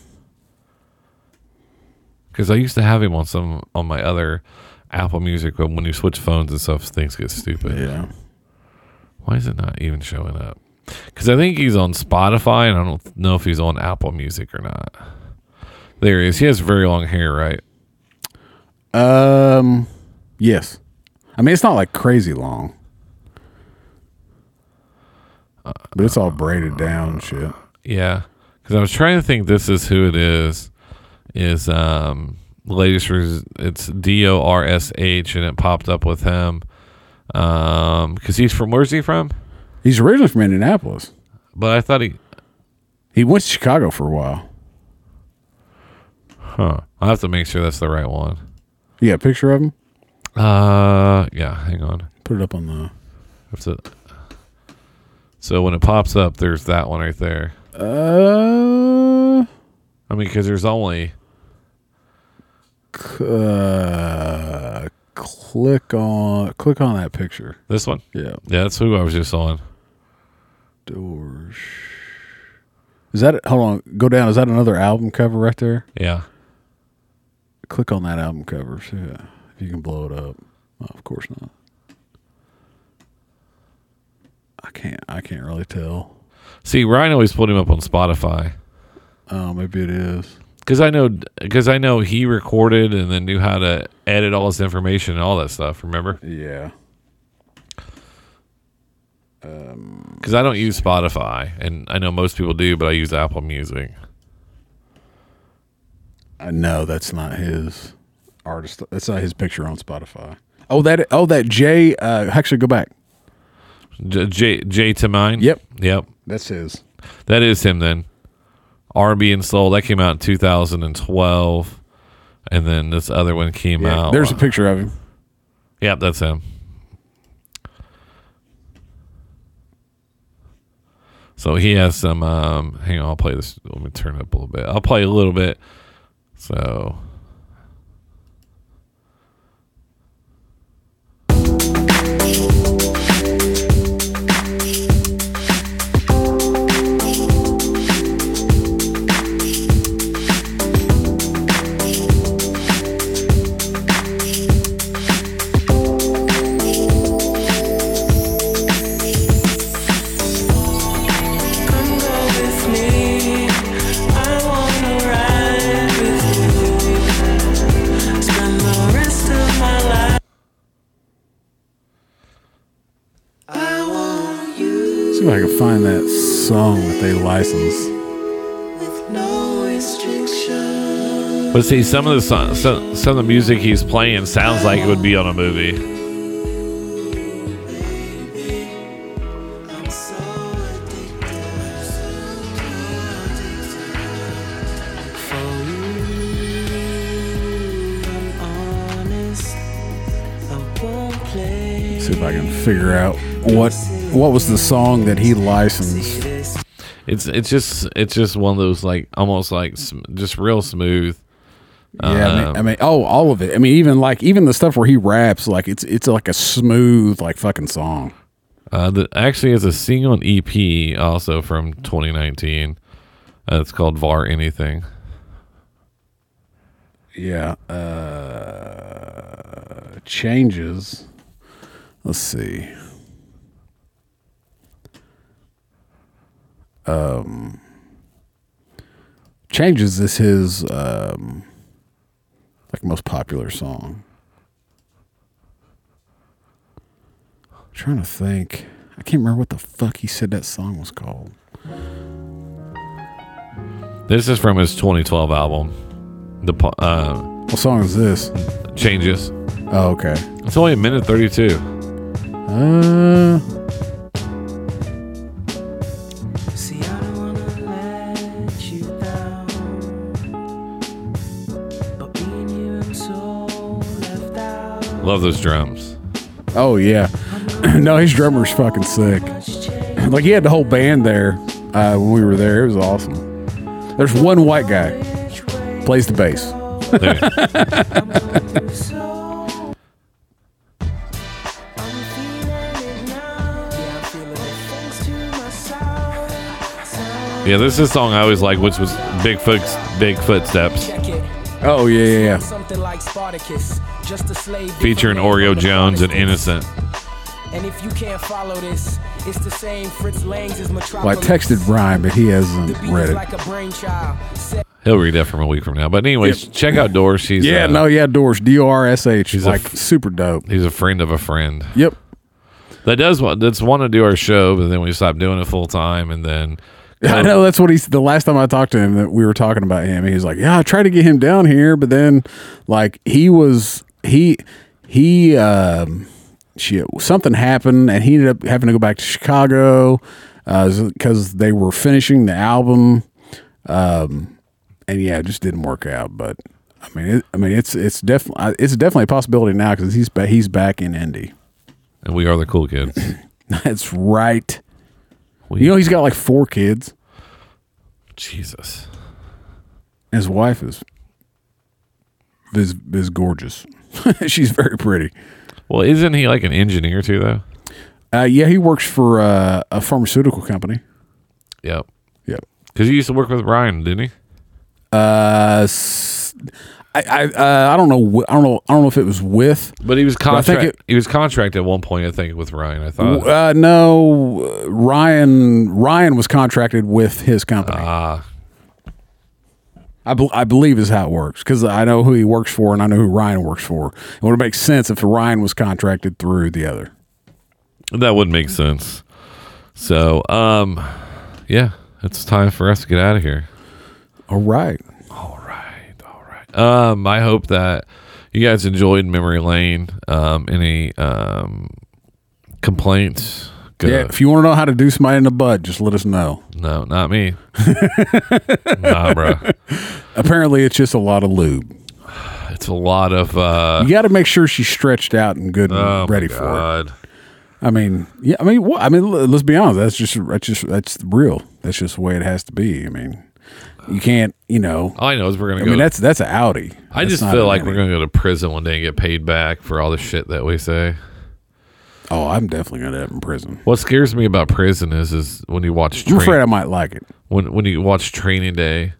Cuz I used to have him on some on my other Apple Music but when you switch phones and stuff things get stupid.
Yeah.
Why is it not even showing up? Cuz I think he's on Spotify and I don't know if he's on Apple Music or not. There he is. He has very long hair, right?
Um, yes. I mean, it's not like crazy long, but it's all braided down and shit.
Yeah, because I was trying to think. This is who it is. Is um latest? Res- it's D O R S H, and it popped up with him. Um, because he's from where's he from?
He's originally from Indianapolis.
But I thought he,
He went to Chicago for a while.
huh? I'll have to make sure that's the right one.
You got a picture of him?
Uh, yeah. Hang on.
Put it up on the.
That's it. So when it pops up, there's that one right there.
Uh,
I mean, because there's only
c- uh, click on click on that picture.
this one.
Yeah,
Yeah, that's who I was just on.
doors. Is that hold on? Go down. Is that another album cover right there?
Yeah.
click on that album cover. See if if you can blow it up. No, of course not. I can't. I can't really tell.
See, Ryan always pulled him up on Spotify.
Oh, maybe it is.
Because I know, because I know he recorded and then knew how to edit all his information and all that stuff. Remember?
Yeah.
Because I don't use Spotify, and I know most people do, but I use Apple Music.
I know that's not his artist. That's not his picture on Spotify. Oh, that oh that Jay. Uh, actually, go back.
J J, J to mine.
Yep.
Yep.
That's his.
That is him then. R&B and Soul that came out in 2012, and then this other one came
Yeah,
out.
there's a picture of him.
Yep, that's him. So he has some. Um, hang on, I'll play this. Let me turn it up a little bit. I'll play a little bit. So
See if I can find that song that they licensed.
But see, some of the song, some, some of the music he's playing sounds like it would be on a movie.
See if I can figure out what what was the song that he licensed.
It's it's just it's just one of those like almost like sm- just real smooth.
Yeah, I,
Um,
mean, I mean, oh, all of it. I mean, even like even the stuff where he raps, like it's it's like a smooth like fucking song.
Uh, the, actually, it's a single EP also from 2019. Uh, it's called VAR Anything.
Yeah. Uh, changes. Let's see. Um, changes is his um, like most popular song. trying to think. I can't remember what the fuck he said that song was called.
This is from his 2012 album. The po- uh,
What song is this?
changes.
Oh, okay.
It's only a minute 32.
Uh,
Love those drums.
Oh yeah, no, his drummer's fucking sick. Like he had the whole band there uh, when we were there. It was awesome. There's one white guy plays the bass.
Yeah, this is a song I always like, which was Bigfoot's Big Footsteps,
oh yeah, yeah, yeah.
Something like Spartacus, just a slave.
featuring Oreo Jones and Innocent.
And if you can't follow this, it's the same Fritz Langs as
Well, I
Metropolis.
texted Brian, but he hasn't read it.
like a brainchild. Set
He'll read that from a week from now. But anyways, check out Doris. She's
yeah,
uh,
no, yeah, Doors, D O R S H. He's
a
like super dope.
He's a friend of a friend.
Yep.
That does want that's want to do our show, but then we stopped doing it full time, and then
I know that's what he's. The last time I talked to him, that we were talking about him, he was like, "Yeah, I tried to get him down here, but then, like, he was he he um shit something happened, and he ended up having to go back to Chicago because they were finishing the album, um, and yeah, it just didn't work out. But I mean, it, I mean, it's it's definitely it's definitely a possibility now because he's ba- he's back in Indy.
and we are the cool kids.
That's right. you know, he's got like four kids.
Jesus,
His wife is is, is gorgeous. She's very pretty.
Well, isn't he like an engineer too, though?
Uh, yeah, he works for uh, a pharmaceutical company.
Yep.
Yep.
Because he used to work with Ryan, didn't he?
Uh, s- I I, uh, I don't know. wh- I don't know. I don't know if it was with,
But he was
I think
contract. he was contract at one point, I think, with Ryan. I
it.
thought.
Uh, no, Ryan. Ryan was contracted with his company.
Ah.
I, bel I believe is how it works because I know who he works for and I know who Ryan works for. It would make sense if Ryan was contracted through the other.
That would make sense. So, um, yeah, it's time for us to get out of here.
All right.
Um, I hope that you guys enjoyed Memory Lane. Um, any um complaints? Go-
Yeah, if you want to know how to do somebody in the butt, just let us know.
No, not me. nah, bro.
Apparently, it's just a lot of lube.
It's a lot of uh
you got to make sure she's stretched out and good and
oh my
ready for it.
God.
I mean, yeah, I mean, what? I mean, l- let's be honest. That's just that's just that's real. That's just the way it has to be. I mean, you can't, you know.
All I know is we're
I
gonna go.
mean, that's that's an Audi.
I
That's
just
not
feel
an
like
Audi.
we're gonna go to prison one day and get paid back for all the shit that we say.
Oh, I'm definitely gonna end up in prison.
What scares me about prison is is when you watch.
I'm afraid
train-
I might like it.
when when you watch Training Day.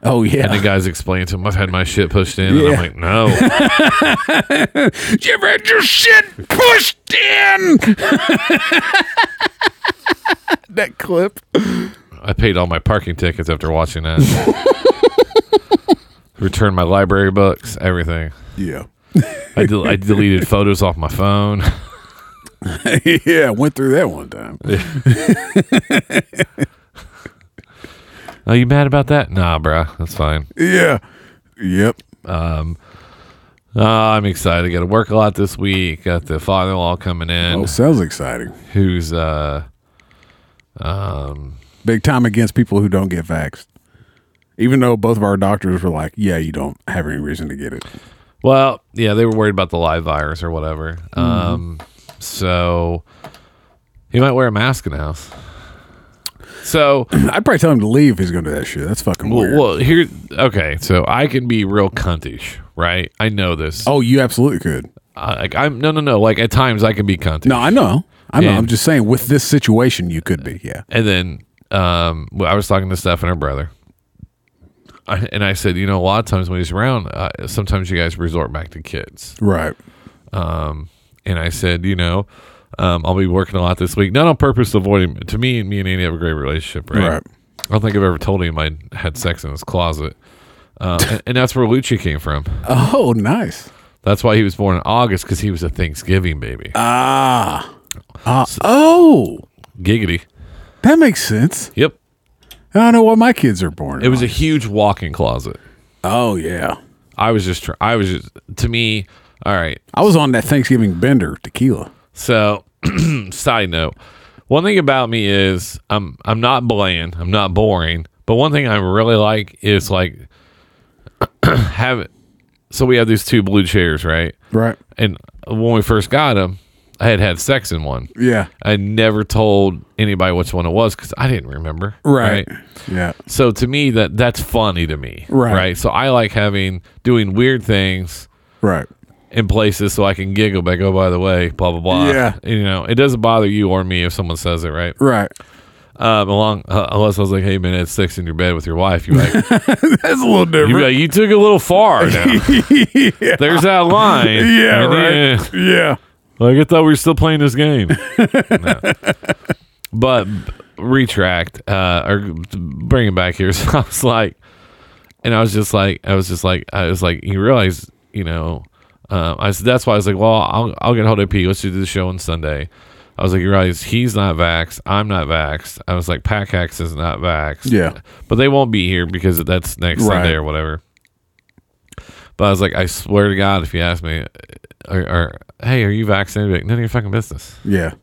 Oh, yeah.
and the guys explain to him, "I've had my shit pushed in," and I'm
Yeah.
like, "No,
You ever had your shit pushed in? that clip.
I paid all my parking tickets after watching that. Returned my library books, everything.
Yeah.
I, del- I deleted photos off my phone.
yeah, I went through that one time.
Are Oh, you mad about that? Nah, bruh. That's fine.
Yeah. Yep.
Um, uh, I'm excited. Got to work a lot this week. Got the father-in-law coming in.
Oh, sounds exciting.
Who's uh, um,
Big time against people who don't get vaxxed. Even though both of our doctors were like, yeah, you don't have any reason to get it.
Well, yeah, they were worried about the live virus or whatever.
Mm-hmm.
Um, so he might wear a mask in the house. So
I'd probably tell him to leave if he's going to do that shit. That's fucking
well,
weird.
well, here, okay, so I can be real cuntish, right? I know this.
Oh, you absolutely could.
I, like I'm no, no, no. Like at times I can be cuntish.
No, I know. I know.
And-
I'm just saying, with this situation, you could be. Yeah.
And then um, well, I was talking to Steph and her brother. I, and I said, you know, a lot of times when he's around, uh, sometimes you guys resort back to kids.
Right.
Um, and I said, you know, um, I'll be working a lot this week, not on purpose to avoid him. To me, me and Andy have a great relationship, right?
Right.
I don't think I've ever told him I had sex in his closet. Um, and, and that's where Lucci came from.
Oh, nice.
That's why he was born in August because he was a Thanksgiving baby.
Ah. Ah. oh,
Giggity.
that makes sense.
Yep.
I don't know why my kids are born.
It was a huge walk-in closet.
Oh yeah.
I was just, tr- I was just, to me, all right.
I was on that Thanksgiving bender tequila.
So, side note, one thing about me is I'm I'm not bland, I'm not boring, but one thing I really like is like have it. So we have these two blue chairs, right?
Right.
And when we first got them, I had had sex in one.
Yeah.
I never told anybody which one it was because I didn't remember.
Right. Yeah.
So to me, that that's funny to me.
Right.
Right. So I like having doing weird things
Right.
in places so I can giggle back. Oh, by the way, blah blah blah.
Yeah.
You know, it doesn't bother you or me if someone says it, right?
Right.
Um, along uh, unless I was like, hey man, had sex in your bed with your wife. You like
That's a little
you
different.
like you took it a little far. Now. There's that line.
Yeah,
And
right.
then-
Yeah.
like I thought we were still playing this game. No. But b- retract uh, or bring it back here. So I was like, and I was just like, I was just like, I was like, you realize, you know, um, I said that's why I was like, well, I'll I'll get hold of P. Let's do the show on Sunday. I was like, you realize he's not vaxxed. I'm not vaxxed. I was like, Pack Hax is not vaxxed.
Yeah.
But they won't be here because that's next
Right.
Sunday or whatever. But I was like, I swear to God, if you ask me, or, or hey, are you vaccinated? Like, None of your fucking business.
Yeah.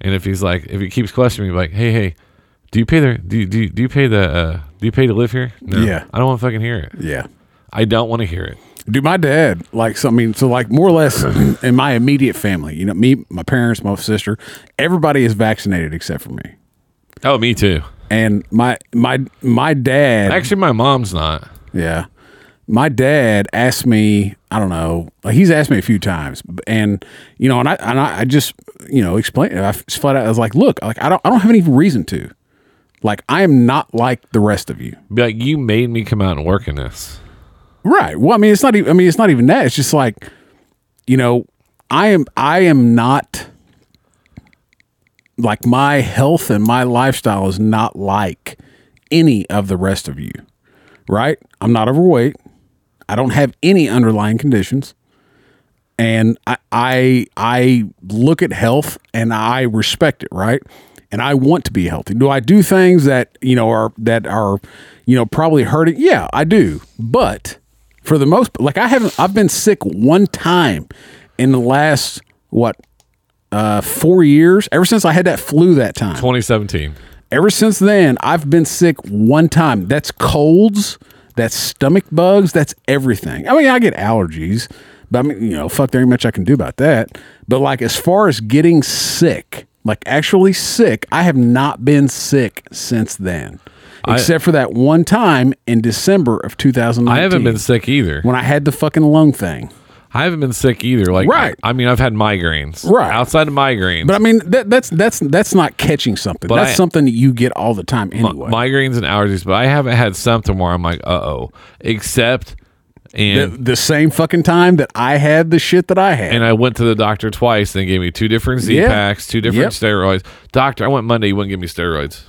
And if he's like, if he keeps questioning me, like, hey, hey, do you pay the, do you, do you, do you pay the, uh, do you pay to live here? No.
Yeah.
I don't want to fucking hear it.
Yeah.
I don't want to hear it.
Dude, my dad, like, so, I mean, so, like, more or less in my immediate family, you know, me, my parents, my sister, everybody is vaccinated except for me.
Oh, me too.
And my, my, my dad.
Actually, my mom's not.
Yeah. My dad asked me, I don't know, like, he's asked me a few times and you know, and I and I, I just, you know, explained I just flat out I was like, look, like I don't I don't have any reason to. Like I am not like the rest of you.
Be like, you made me come out and work in this.
Right. Well, I mean, it's not even I mean, it's not even that. It's just like you know, I am I am not like my health and my lifestyle is not like any of the rest of you. Right? I'm not overweight. I don't have any underlying conditions. And I I I look at health and I respect it, right? and I want to be healthy. Do I do things that you know are that are you know probably hurting? Yeah, I do. But for the most, like I haven't. I've been sick one time in the last what uh four years. Ever since I had that flu that time,
2017.
Ever since then, I've been sick one time. That's colds, that's stomach bugs, that's everything. I mean, I get allergies, but I mean, you know, fuck, there ain't much I can do about that. But like, as far as getting sick, like actually sick, I have not been sick since then,
I-
except for that one time in December of 2019.
I haven't been sick either.
when I had the fucking lung thing.
I haven't been sick either. Like,
Right.
I, I mean, I've had migraines.
Right.
Outside of migraines,
But I mean, that, that's that's that's not catching something.
But
that's
I-
something that you get all the time
mi-
anyway.
migraines and allergies. But I haven't had something where I'm like, uh oh. Except,
the,
and
the same fucking time that I had the shit that I had.
and I went to the doctor twice. They gave me two different Z
Yeah.
packs, two different steroids. Doctor, I went Monday. He wouldn't give me steroids.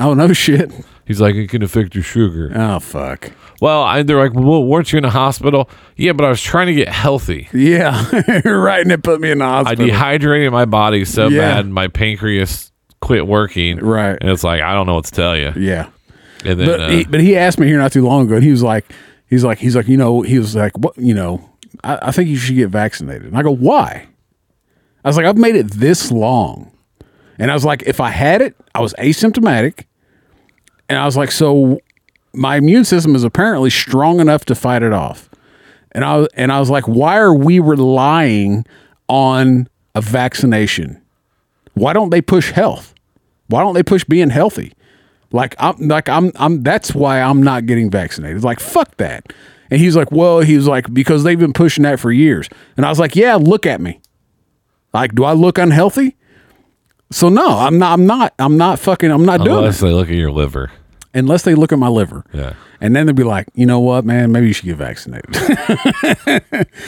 Oh no shit.
He's like, it can affect your sugar.
Oh fuck.
Well, I, they're like, well, weren't you in a hospital? Yeah, but I was trying to get healthy.
Yeah, right. And it put me in the
I
hospital.
dehydrated my body so
Yeah.
bad my pancreas quit working.
Right.
And it's like, I don't know what to tell you.
yeah,
And then,
but
uh,
he, but he asked me here not too long ago, and he was like, he's like, he's like, you know, he was like, what, you know, I, I think you should get vaccinated. And I go, why? I was like, I've made it this long, and I was like, if I had it, I was asymptomatic, and I was like, so my immune system is apparently strong enough to fight it off. And I was- and I was like, why are we relying on a vaccination? Why don't they push health? Why don't they push being healthy? Like I'm like I'm I'm that's why I'm not getting vaccinated. Like fuck that. And he's like, well, he was like, because they've been pushing that for years. And I was like, yeah, look at me. Like, do I look unhealthy? So no, I'm not. I'm not. I'm not fucking. I'm not doing it
unless they look at your liver.
unless they look at my liver.
Yeah.
And then they'll be like, you know what, man, maybe you should get vaccinated.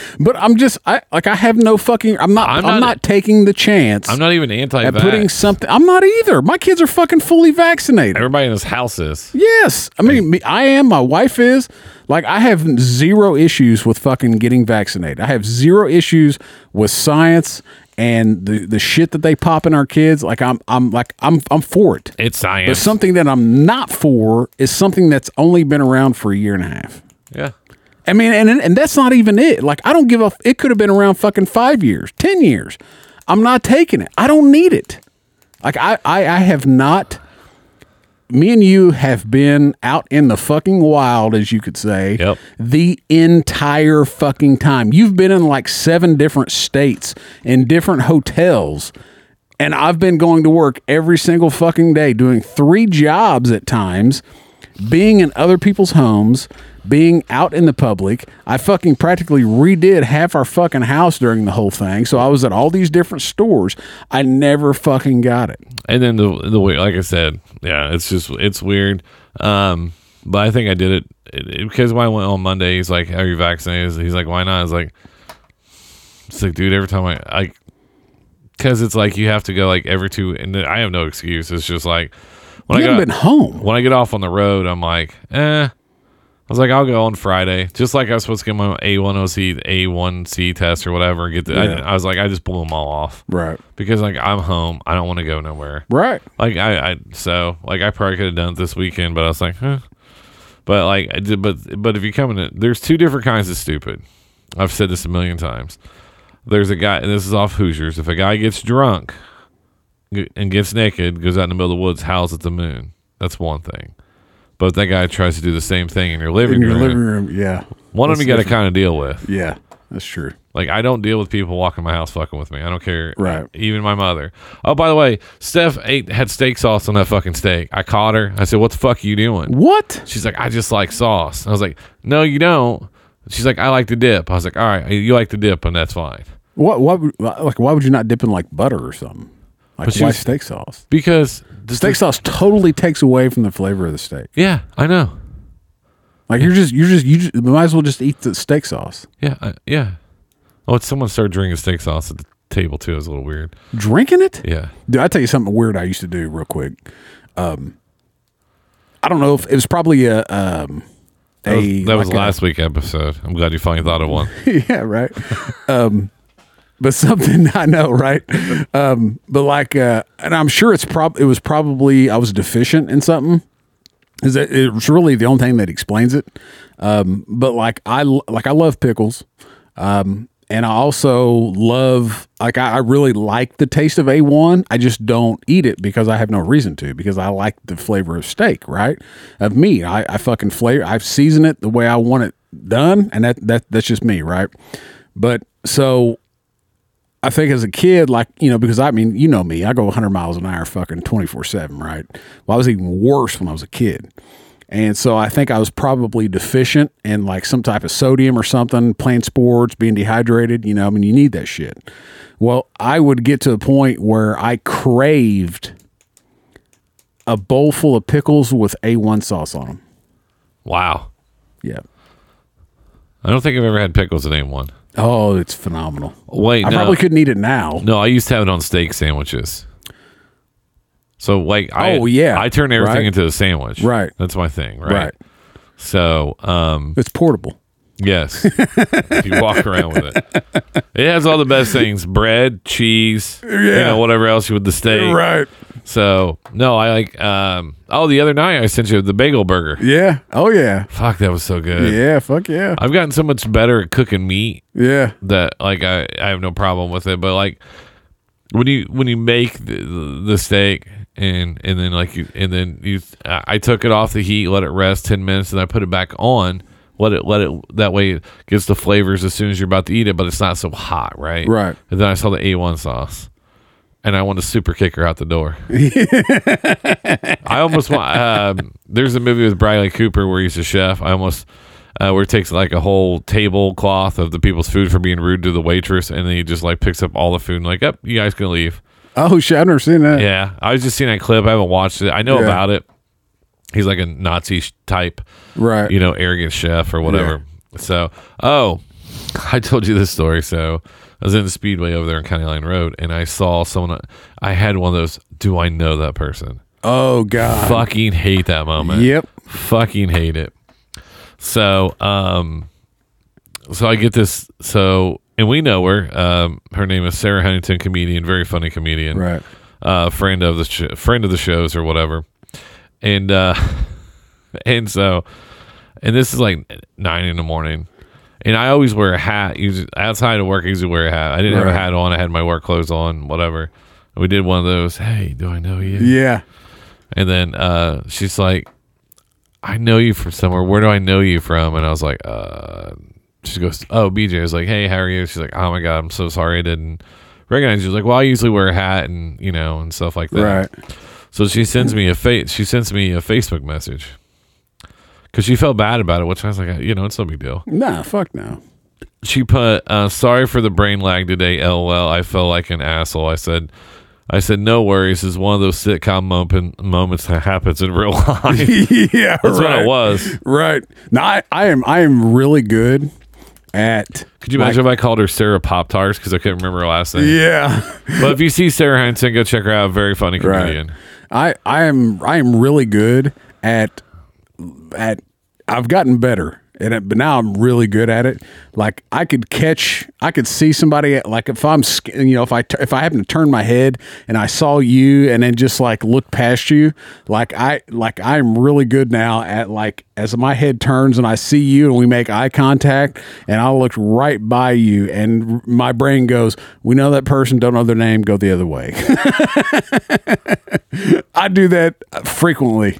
but I'm just I like I have no fucking I'm not I'm, not,
I'm not-
taking the chance
I'm not even anti
at putting something I'm not either. My kids are fucking fully vaccinated.
Everybody in this house is.
Yes. I mean me, I am, my wife is. Like I have zero issues with fucking getting vaccinated. I have zero issues with science and the, the shit that they pop in our kids. Like I'm I'm like I'm I'm for it.
It's
But
science.
something that I'm not for is something that's only been around for a year and a half.
yeah.
I mean, and and that's not even it. Like I don't give a. It could have been around fucking five years, ten years. I'm not taking it. I don't need it. Like I I, I have not. Me and you have been out in the fucking wild, as you could say,
Yep.
the entire fucking time. You've been in like seven different states in different hotels. And I've been going to work every single fucking day, doing three jobs at times, being in other people's homes, being out in the public. I fucking practically redid half our fucking house during the whole thing. So I was at all these different stores. I never fucking got it.
And then the the way, like I said, yeah, it's just it's weird. Um, but I think I did it, it, it- because when I went on Monday, he's like, "Are you vaccinated?" He's like, "Why not?" I was like, "It's like, dude, every time I, I, because it's like you have to go like every two, and then I have no excuse. It's just like when
You
I got
haven't been home.
when I get off on the road, I'm like, eh. I was like, I'll go on Friday, just like I was supposed to get my A10C A1C test or whatever. and Get the,
Yeah.
I, I was like, I just blew them all off,
Right.
Because like I'm home, I don't want to go nowhere,
Right.
like I, I so like I probably could have done it this weekend, but I was like, huh. But like, I did, but but if you come in, it, there's two different kinds of stupid. I've said this a million times. There's a guy, and this is off Hoosiers. If a guy gets drunk g- and gets naked, goes out in the middle of the woods, howls at the moon. That's one thing. But if that guy tries to do the same thing in your living
in your
room.
living room. Yeah.
one of
That's
them you got to
different.
kind of deal with.
Yeah, that's true.
Like I don't deal with people walking my house fucking with me. I don't care.
Right.
Even my mother. Oh, by the way, Steph ate had steak sauce on that fucking steak. I caught her. I said, "What the fuck are you doing?"
What?
She's like, "I just like sauce." I was like, "No, you don't." She's like, "I like the dip." I was like, "All right, you like the dip, and that's fine."
What? What? Like, why would you not dip in like butter or something? Like,
But she
why
was-
steak sauce?
Because the
Steak sauce totally takes away from the flavor of the steak.
Yeah, I know.
Like you're just you're just you just, might as well just eat the steak sauce.
Yeah, I, yeah. Oh, it's someone started drinking steak sauce at the table too. It was a little weird.
Drinking it?
Yeah.
Dude, I tell you something weird I used to do real quick. Um, I don't know if it was probably a um,
That was,
a
that was
like a-
last week episode. I'm glad you finally thought of one.
yeah right. Um, but something I know, right? Um, but like, uh, and I'm sure it's prob it was probably I was deficient in something. Is that it's really the only thing that explains it? Um, but like I l- like I love pickles, um, and I also love like I, I really like the taste of A1. I just don't eat it because I have no reason to because I like the flavor of steak, right? Of meat, I, I fucking flavor. I season it the way I want it done, and that that that's just me, right? But so I think as a kid, like, you know, because I mean, you know me, I go 100 miles an hour fucking 24 7, right? Well, I was even worse when I was a kid. And so I think I was probably deficient in like some type of sodium or something, playing sports, being dehydrated. You know, I mean, you need that shit. Well, I would get to a point where I craved a bowl full of pickles with A1 sauce on them.
Wow.
Yeah.
I don't think I've ever had pickles in A1.
Oh, it's phenomenal.
Wait,
I
no.
probably couldn't eat it now.
No, I used to have it on steak sandwiches. So like I
Oh, yeah.
I turn everything
Right.
into a sandwich.
Right.
That's my thing, right?
Right.
So um
It's portable.
yes. if you walk around with it. It has all the best things. Bread, cheese, you
Yeah.
know, whatever else you with the steak.
Right.
So no, I like um oh the other night I sent you the bagel burger.
Yeah. Oh, yeah.
Fuck, that was so good.
Yeah. Fuck yeah.
I've gotten so much better at cooking meat
Yeah.
that like I, I have no problem with it but like when you when you make the, the steak and and then like you and then you I I took it off the heat let it rest 10 minutes and I put it back on let it let it that way it gets the flavors as soon as you're about to eat it but it's not so hot right
Right.
and then I saw the A1 sauce and I want to super kick her out the door I almost want. Um, there's a movie with Bradley Cooper where he's a chef. I almost uh, where it takes like a whole tablecloth of the people's food for being rude to the waitress, and then he just like picks up all the food and like, "Yep, you guys can leave."
Oh, shit. I've never seen that.
Yeah, I was just seeing that clip. I haven't watched it. I know
Yeah.
about it. He's like a Nazi sh- type,
Right.
You know, arrogant chef or whatever. So, oh, I told you this story. So I was in the Speedway over there on County Line Road, and I saw someone. I had one of those. Do I know that person?
Oh, God.
Fucking hate that moment.
Yep.
Fucking hate it. So, um, so I get this. So, and we know her. Um, her name is Sarah Huntington, comedian, very funny comedian,
Right.
Uh, friend of the sh- friend of the shows or whatever. And uh, and so, and this is like nine in the morning. And I always wear a hat. Usually outside of work, I usually wear a hat. I didn't have
Right.
a hat on. I had my work clothes on, whatever. We did one of those. Hey, do I know you?
Yeah.
And then uh, she's like, I know you from somewhere. Where do I know you from? And I was like, uh, she goes, Oh, BJ. I was like, Hey, how are you? She's like, Oh my God, I'm so sorry I didn't recognize you. She was like, Well, I usually wear a hat and, you know, and stuff like that.
Right.
So she sends me a fa- she sends me a Facebook message because she felt bad about it, which I was like, You know, it's no big deal.
Nah, fuck no.
She put, uh, sorry for the brain lag today. LOL. I felt like an asshole. I said, I said, no worries. It's one of those sitcom moment, moments that happens in real life.
yeah,
That's
right.
what it was.
Right. Now I, I am I am really good at
Could you imagine if I called her Sarah Pop Tarts because I couldn't remember her last name?
Yeah.
But if you see Sarah Hansen, go check her out. Very funny
Right.
comedian.
I I am I am really good at at I've gotten better and it, but now I'm really good at it. Like I could catch, I could see somebody at- like if I'm sk- you know if I tu- if I happen to turn my head and I saw you and then just like look past you, like I like I'm really good now at like as my head turns and I see you and we make eye contact and I look right by you and r- my brain goes, we know that person, don't know their name, go the other way. I do that frequently.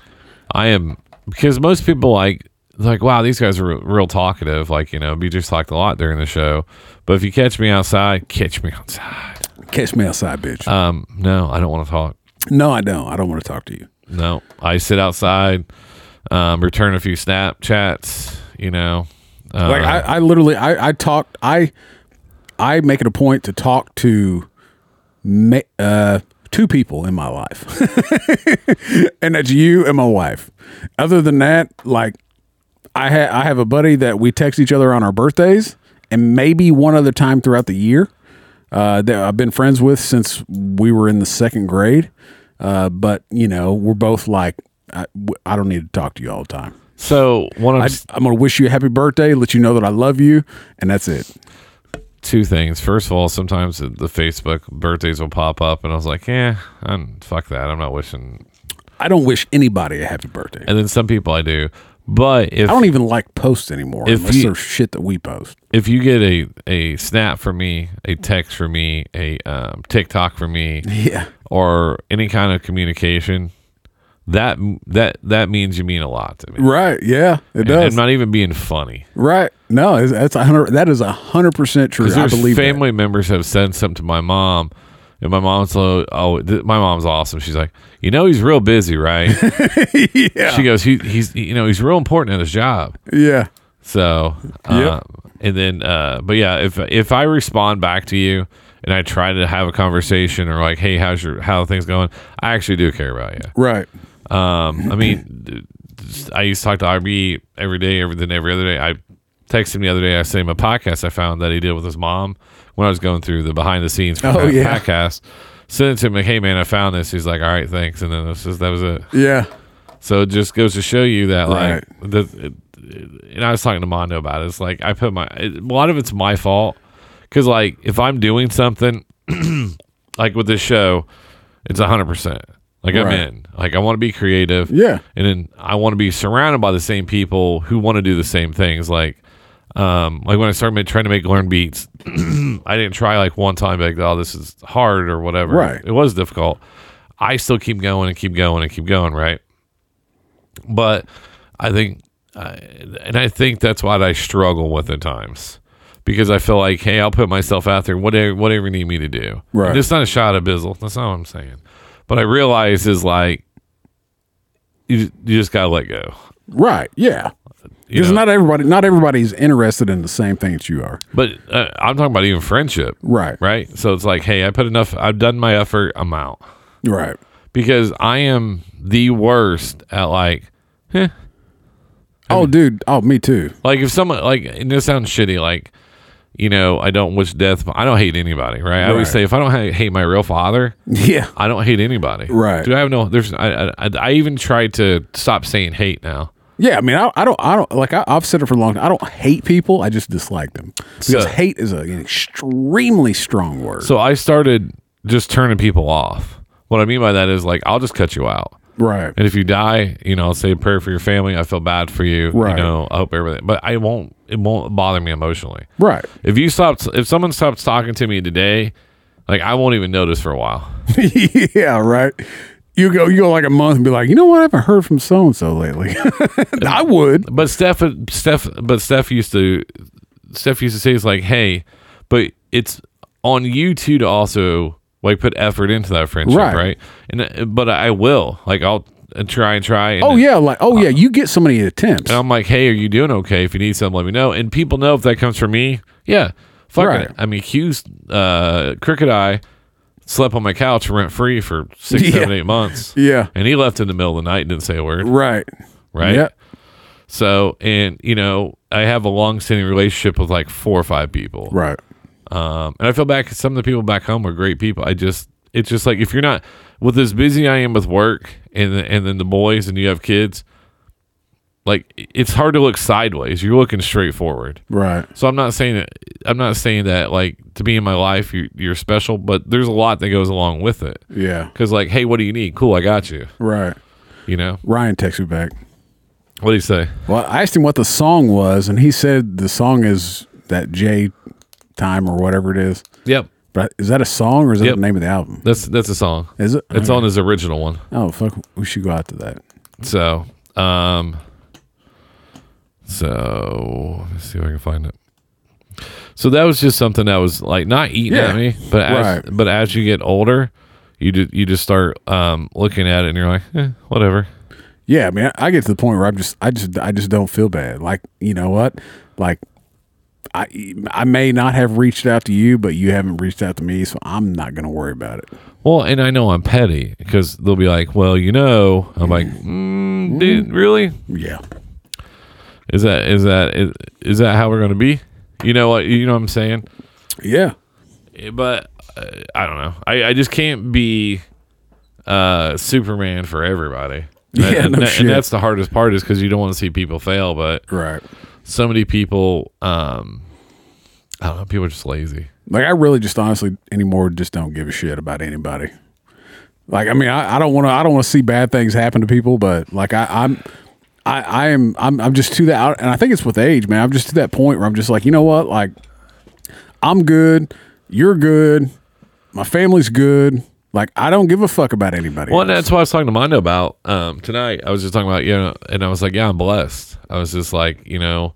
I am because most people like like wow these guys are re- real talkative. Like you know, BJ talked a lot during the show. But if you catch me outside, catch me outside.
Catch me outside, bitch.
Um, no, I don't want to talk.
No, I don't. I don't want to talk to you.
No, I sit outside, um, return a few Snapchats. You know, uh,
like I, I literally I, I talk I I make it a point to talk to ma- uh two people in my life. and that's you and my wife. Other than that, like I ha- I have a buddy that we text each other on our birthdays and maybe one other time throughout the year. Uh, that I've been friends with since we were in the second grade. Uh, but you know, we're both like I, w- I don't need to talk to you all the time.
so one of
I, I'm going to wish you a happy birthday, let you know that I love you, and that's it.
two things. First of all, sometimes the Facebook birthdays will pop up, and I was like, "Yeah, I'm, fuck that. I'm not wishing."
I don't wish anybody a happy birthday.
And then some people I do, but if
I don't e-, even like posts anymore
if
unless
you-
there's shit that we post.
if you get a a snap for me, a text for me, a um, TikTok for me,
Yeah.
or any kind of communication, that that that means you mean a lot to me.
Right. Yeah, it
And
does.
I'm not even being funny.
right. No, it's- that's a hundred. That is a hundred percent true.
Because
I believe that.
family members have said something to my mom, and my mom's lo- oh, th- my mom's awesome. She's like, you know, he's real busy, right?
yeah.
She goes, he, he's you know, he's real important at his job.
Yeah.
So, uh, and then, uh, but yeah, if if I respond back to you and I try to have a conversation or like, hey, how's your how are things going? I actually do care about you.
Right.
Um, I mean, d- d- I used to talk to RB every day, every then every other day. I texted him the other day. I sent him a podcast I found that he did with his mom when I was going through the behind the scenes for
Oh,
that
yeah.
podcast. Sent it to him like, hey man, I found this. He's like, all right, thanks. And then this is, that was it.
Yeah.
So it just goes to show you that,
Right.
like, the, it, it- and I was talking to Mondo about it. It's like I put my it, a lot of it's my fault because, like, if I'm doing something, like with this show, it's hundred percent. Like I'm
Right.
in. Like I want to be creative.
Yeah.
and then I want to be surrounded by the same people who want to do the same things. Like, um, like when I started ma- trying to make learn beats, I didn't try like one time like, oh, this is hard or whatever.
Right.
It was difficult. I still keep going and keep going and keep going. Right but I think, uh, and I think that's what I struggle with at times because I feel like, hey, I'll put myself out there, whatever, whatever you need me to do.
Right.
And it's not a shot at Bizzle. That's not what I'm saying. But I realize is like, you, you just gotta let go.
Right. Yeah.
You
Because
know?
not everybody, not everybody's interested in the same thing that you are.
But uh, I'm talking about even friendship.
Right.
Right. So it's like, hey, I put enough. I've done my effort. I'm out.
Right.
Because I am the worst at like, eh,
oh, dude. Oh, me too.
Like if someone like and this sounds shitty, like you know, I don't wish death. I don't hate anybody, right? I always
Right.
say if I don't ha- hate my real father,
Yeah.
I don't hate anybody,
Right.
Do I have no? There's I I, I I even tried to stop saying hate now.
Yeah, I mean, I, I don't, I don't like. I, I've said it for a long time. I don't hate people. I just dislike them because
So-
hate is a, an extremely strong word.
So I started just turning people off. What I mean by that is like I'll just cut you out.
right.
And if you die, you know, I'll say a prayer for your family. I feel bad for you.
Right.
You know, I hope everything, but I won't, it won't bother me emotionally.
Right.
If you stopped, if someone stops talking to me today, like I won't even notice for a while.
yeah. Right. You go. You go like a month and be like, you know what? I haven't heard from so and so lately. I would.
But Steph, Steph, but Steph used to, Steph used to say, it's like, hey, but it's on you too to also like put effort into that friendship,
Right.
right? And uh, but I will, like, I'll uh, try and try. And
Oh yeah. Like oh yeah. You get so many attempts.
And I'm like, hey, are you doing okay? If you need something, let me know. And people know if that comes from me. Yeah. Fuck
Right.
it. I mean, Hughes, uh, Cricket Eye slept on my couch rent free for six, seven, eight
Yeah.
months.
Yeah.
And he left in the middle of the night and didn't say a word.
Right.
Right.
Yeah.
So, and, you know, I have a long standing relationship with like four or five people.
Right.
Um, and I feel back, some of the people back home are great people. I just, it's just like if you're not with as busy I am with work and the, and then the boys and you have kids, like it's hard to look sideways. You're looking straight forward.
Right.
So I'm not saying that I'm not saying that like to be in my life you you're special, but there's a lot that goes along with it.
Yeah.
Cuz like, hey, what do you need? Cool, I got you.
Right.
You know.
Ryan texts me back.
What do you say?
Well, I asked him what the song was, and he said the song is that J time or whatever it is.
Yep.
But is that a song or is that
Yep.
the name of the album?
That's that's a song.
Is it?
It's on his original one.
Oh fuck, we should go out to that.
So, um, so let's see if I can find it. So that was just something that was like not eating
Yeah.
at me, but as,
Right.
but as you get older, you do, you just start um, looking at it and you're like, eh, whatever.
Yeah, I mean, I- I get to the point where I'm just, I just, I just don't feel bad. Like, you know what? Like, I, I may not have reached out to you, but you haven't reached out to me, so I'm not gonna worry about it.
Well, and I know I'm petty because they'll be like, well, you know, I'm like,
Mm-hmm.
mm, dude, really?
Yeah.
Is that is that is, is that how we're gonna be? You know what? You know what I'm saying?
Yeah.
Eh, but uh, I don't know. I, I just can't be uh, Superman for everybody.
Yeah,
and, and
no
that- and
shit.
that's the hardest part is because you don't want to see people fail, but
Right.
so many people um, I don't know. People are just lazy.
Like I really just honestly anymore just don't give a shit about anybody. Like I mean I, I don't want to I don't want to see bad things happen to people, but like I, I'm I, I am I'm I'm just to that and I think it's with age, man. I'm just to that point where I'm just like you know what like I'm good, you're good, my family's good. Like I don't give a fuck about anybody.
Well, that's what I was talking to Mondo about um, tonight. I was just talking about, you know, and I was like, yeah, I'm blessed. I was just like, you know,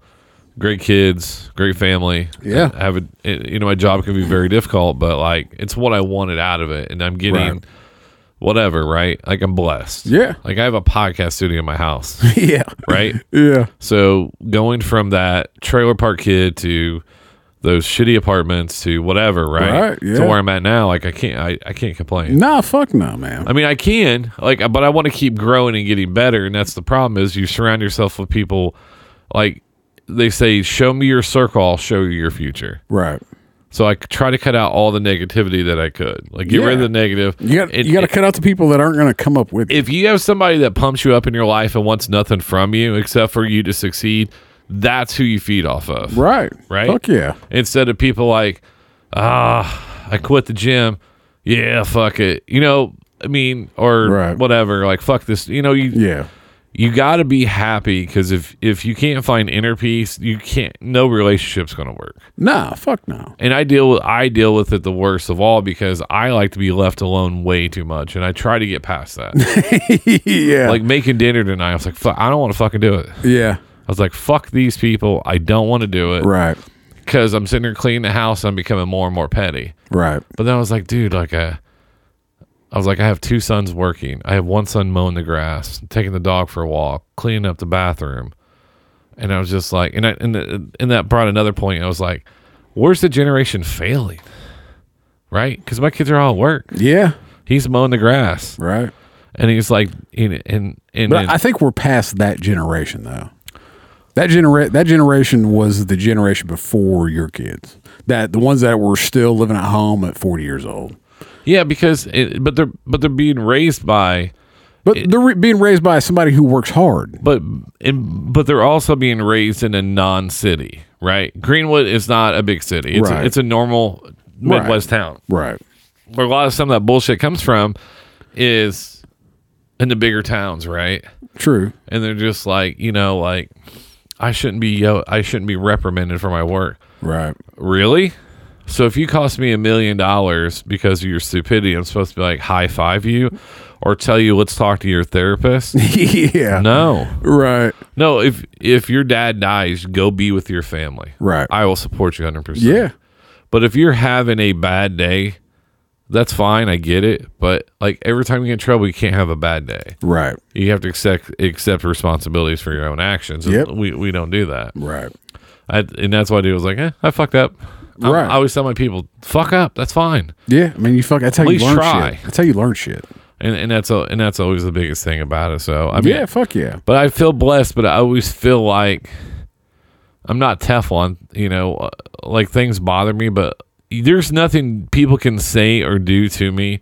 great kids, great family.
Yeah.
I have a, it- you know, my job can be very difficult, but like, it's what I wanted out of it. And I'm getting
Right.
whatever, right? Like, I'm blessed.
Yeah.
Like, I have a podcast studio in my house.
yeah.
Right.
Yeah.
So going from that trailer park kid to those shitty apartments to whatever, right?
Right, yeah.
To where I'm at now, like I can't, I, I can't complain.
Nah, fuck no, man.
I mean, I can like, but I want to keep growing and getting better, and that's the problem is you surround yourself with people, like they say, show me your circle, I'll show you your future.
Right.
So I try to cut out all the negativity that I could, like get rid of
Yeah.
the negative.
You got
And-
you got to cut out the people that aren't going to come up with.
if you have somebody that pumps you up in your life and wants nothing from you except for you to succeed, that's who you feed off of.
Right.
Right.
Fuck yeah.
Instead of people like, ah, I quit the gym. Yeah, fuck it. You know, I mean, or
Right.
whatever. Like, fuck this. You know, you
yeah.
You got to be happy because if if you can't find inner peace, you can't. No relationship's gonna work.
Nah, fuck no.
And I deal with I deal with it the worst of all because I like to be left alone way too much, and I try to get past that.
yeah.
Like making dinner tonight, I was like, "Fuck, I don't want to fucking do it."
Yeah.
I was like, "Fuck these people, I don't want to do it."
Right.
Because I'm sitting here cleaning the house, I'm becoming more and more petty.
Right.
But then I was like, "Dude, like I, I was like, I have two sons working. I have one son mowing the grass, taking the dog for a walk, cleaning up the bathroom." And I was just like, and I, and, and that brought another point. I was like, "Where's the generation failing?" Right? Because my kids are all at work.
Yeah.
He's mowing the grass.
Right.
And he's like, and and and,
But
and
I think we're past that generation though. That genera- that generation was the generation before your kids. That the ones that were still living at home at 40 years old.
Yeah, because it, but they're but they're being raised by
But they're re- being raised by somebody who works hard.
but and, but they're also being raised in a non-city, right? Greenwood is not a big city. It's
Right.
a, it's a normal
Right.
Midwest town.
Right.
Where a lot of some of that bullshit comes from is in the bigger towns, right?
True.
And they're just like, you know, like I shouldn't be yo- I shouldn't be reprimanded for my work.
Right.
Really? So if you cost me a million dollars because of your stupidity, I'm supposed to be like high five you or tell you let's talk to your therapist?
yeah.
No.
Right.
No, if if your dad dies, go be with your family.
Right.
I will support you 100%.
Yeah.
But if you're having a bad day, that's fine, I get it, but like every time you get in trouble, you can't have a bad day.
Right.
You have to accept accept responsibilities for your own actions.
Yep.
We we don't do that.
Right.
I, and that's why dude was like, eh, I fucked up. I'm-
Right.
I always tell my people, fuck up. That's fine.
Yeah, I mean you fuck that's how
At
you
least
learn
try.
shit. That's how you learn shit.
And, and that's al- and that's always the biggest thing about it. So I mean,
yeah, fuck yeah.
but I feel blessed. But I always feel like I'm not Teflon. You know, uh, like things bother me, but there's nothing people can say or do to me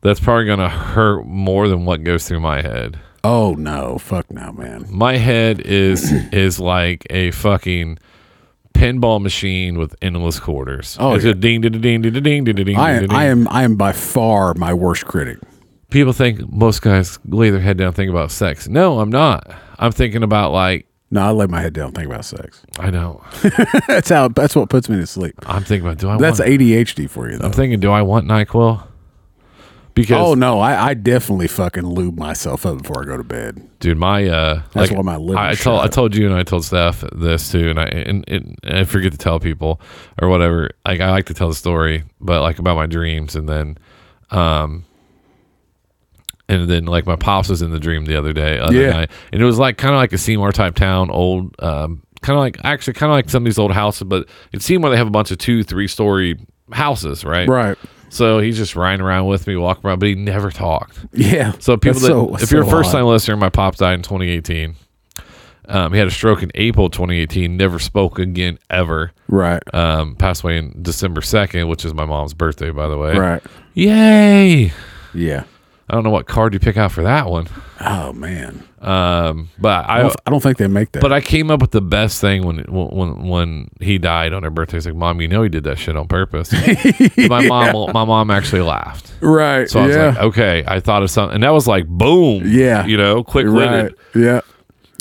that's probably gonna hurt more than what goes through my head.
Oh no, fuck no, man.
My head is is like a fucking pinball machine with endless quarters.
Oh,
it's
yeah.
a ding ding ding ding ding ding ding.
I
ding,
am,
ding.
I am I am by far my worst critic.
People think most guys lay their head down and think about sex. No, I'm not. I'm thinking about like
No, I lay my head down, and think about sex.
I don't.
that's how that's what puts me to sleep.
I'm thinking about do I
That's
want,
ADHD for you though.
I'm thinking do I want Nyquil? Because
oh no, I, I definitely fucking lube myself up before I go to bed.
dude, my uh,
That's why my liver
I, I
shut
told I
up.
told you and I told Steph this too, and I and, and, and I forget to tell people or whatever. Like I like to tell the story, but like about my dreams, and then, um, and then like my pops was in the dream the other day, other
Yeah.
night, and it was like kind of like a Seymour type town, old, um, kind of like actually kind of like some of these old houses, but it seemed like they have a bunch of two, three story houses, right?
Right.
So he's just riding around with me, walking around, but he never talked.
Yeah.
So people
That's
that,
so-
if you're a
so
first time
odd.
listener, my pop died in 2018. Um, he had a stroke in April 2018. Never spoke again ever.
Right.
Um, passed away in December 2nd, which is my mom's birthday, by the way.
Right.
Yay.
Yeah.
I don't know what card you pick out for that one.
Oh man.
Um, but I
I don't, I don't think they make that.
But I came up with the best thing when when when he died on her birthday. It's like, mom, you know he did that shit on purpose. my mom, my mom actually laughed.
Right,
So I was
yeah.
like, okay, I thought of something, and that was like, boom.
Yeah.
You know, quick
right.
witted.
Yeah.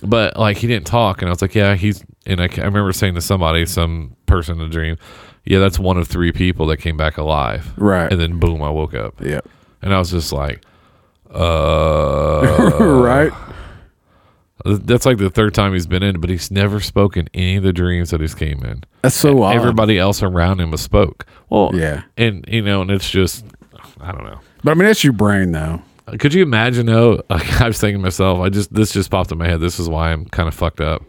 But like, he didn't talk, and I was like, yeah, he's. And I, ca- I remember saying to somebody, some person in a dream, yeah, that's one of three people that came back alive.
Right.
And then boom, I woke up.
Yeah.
And I was just like, uh,
right.
That's like the third time he's been in, but he's never spoken any of the dreams that he's came in.
That's so odd.
Uh, Everybody else around him has spoke. Well,
Yeah.
and you know, and it's just, I don't know.
But I mean, that's your brain though.
Could you imagine though? Like, I was thinking to myself, I just this just popped in my head. This is why I'm kind of fucked up.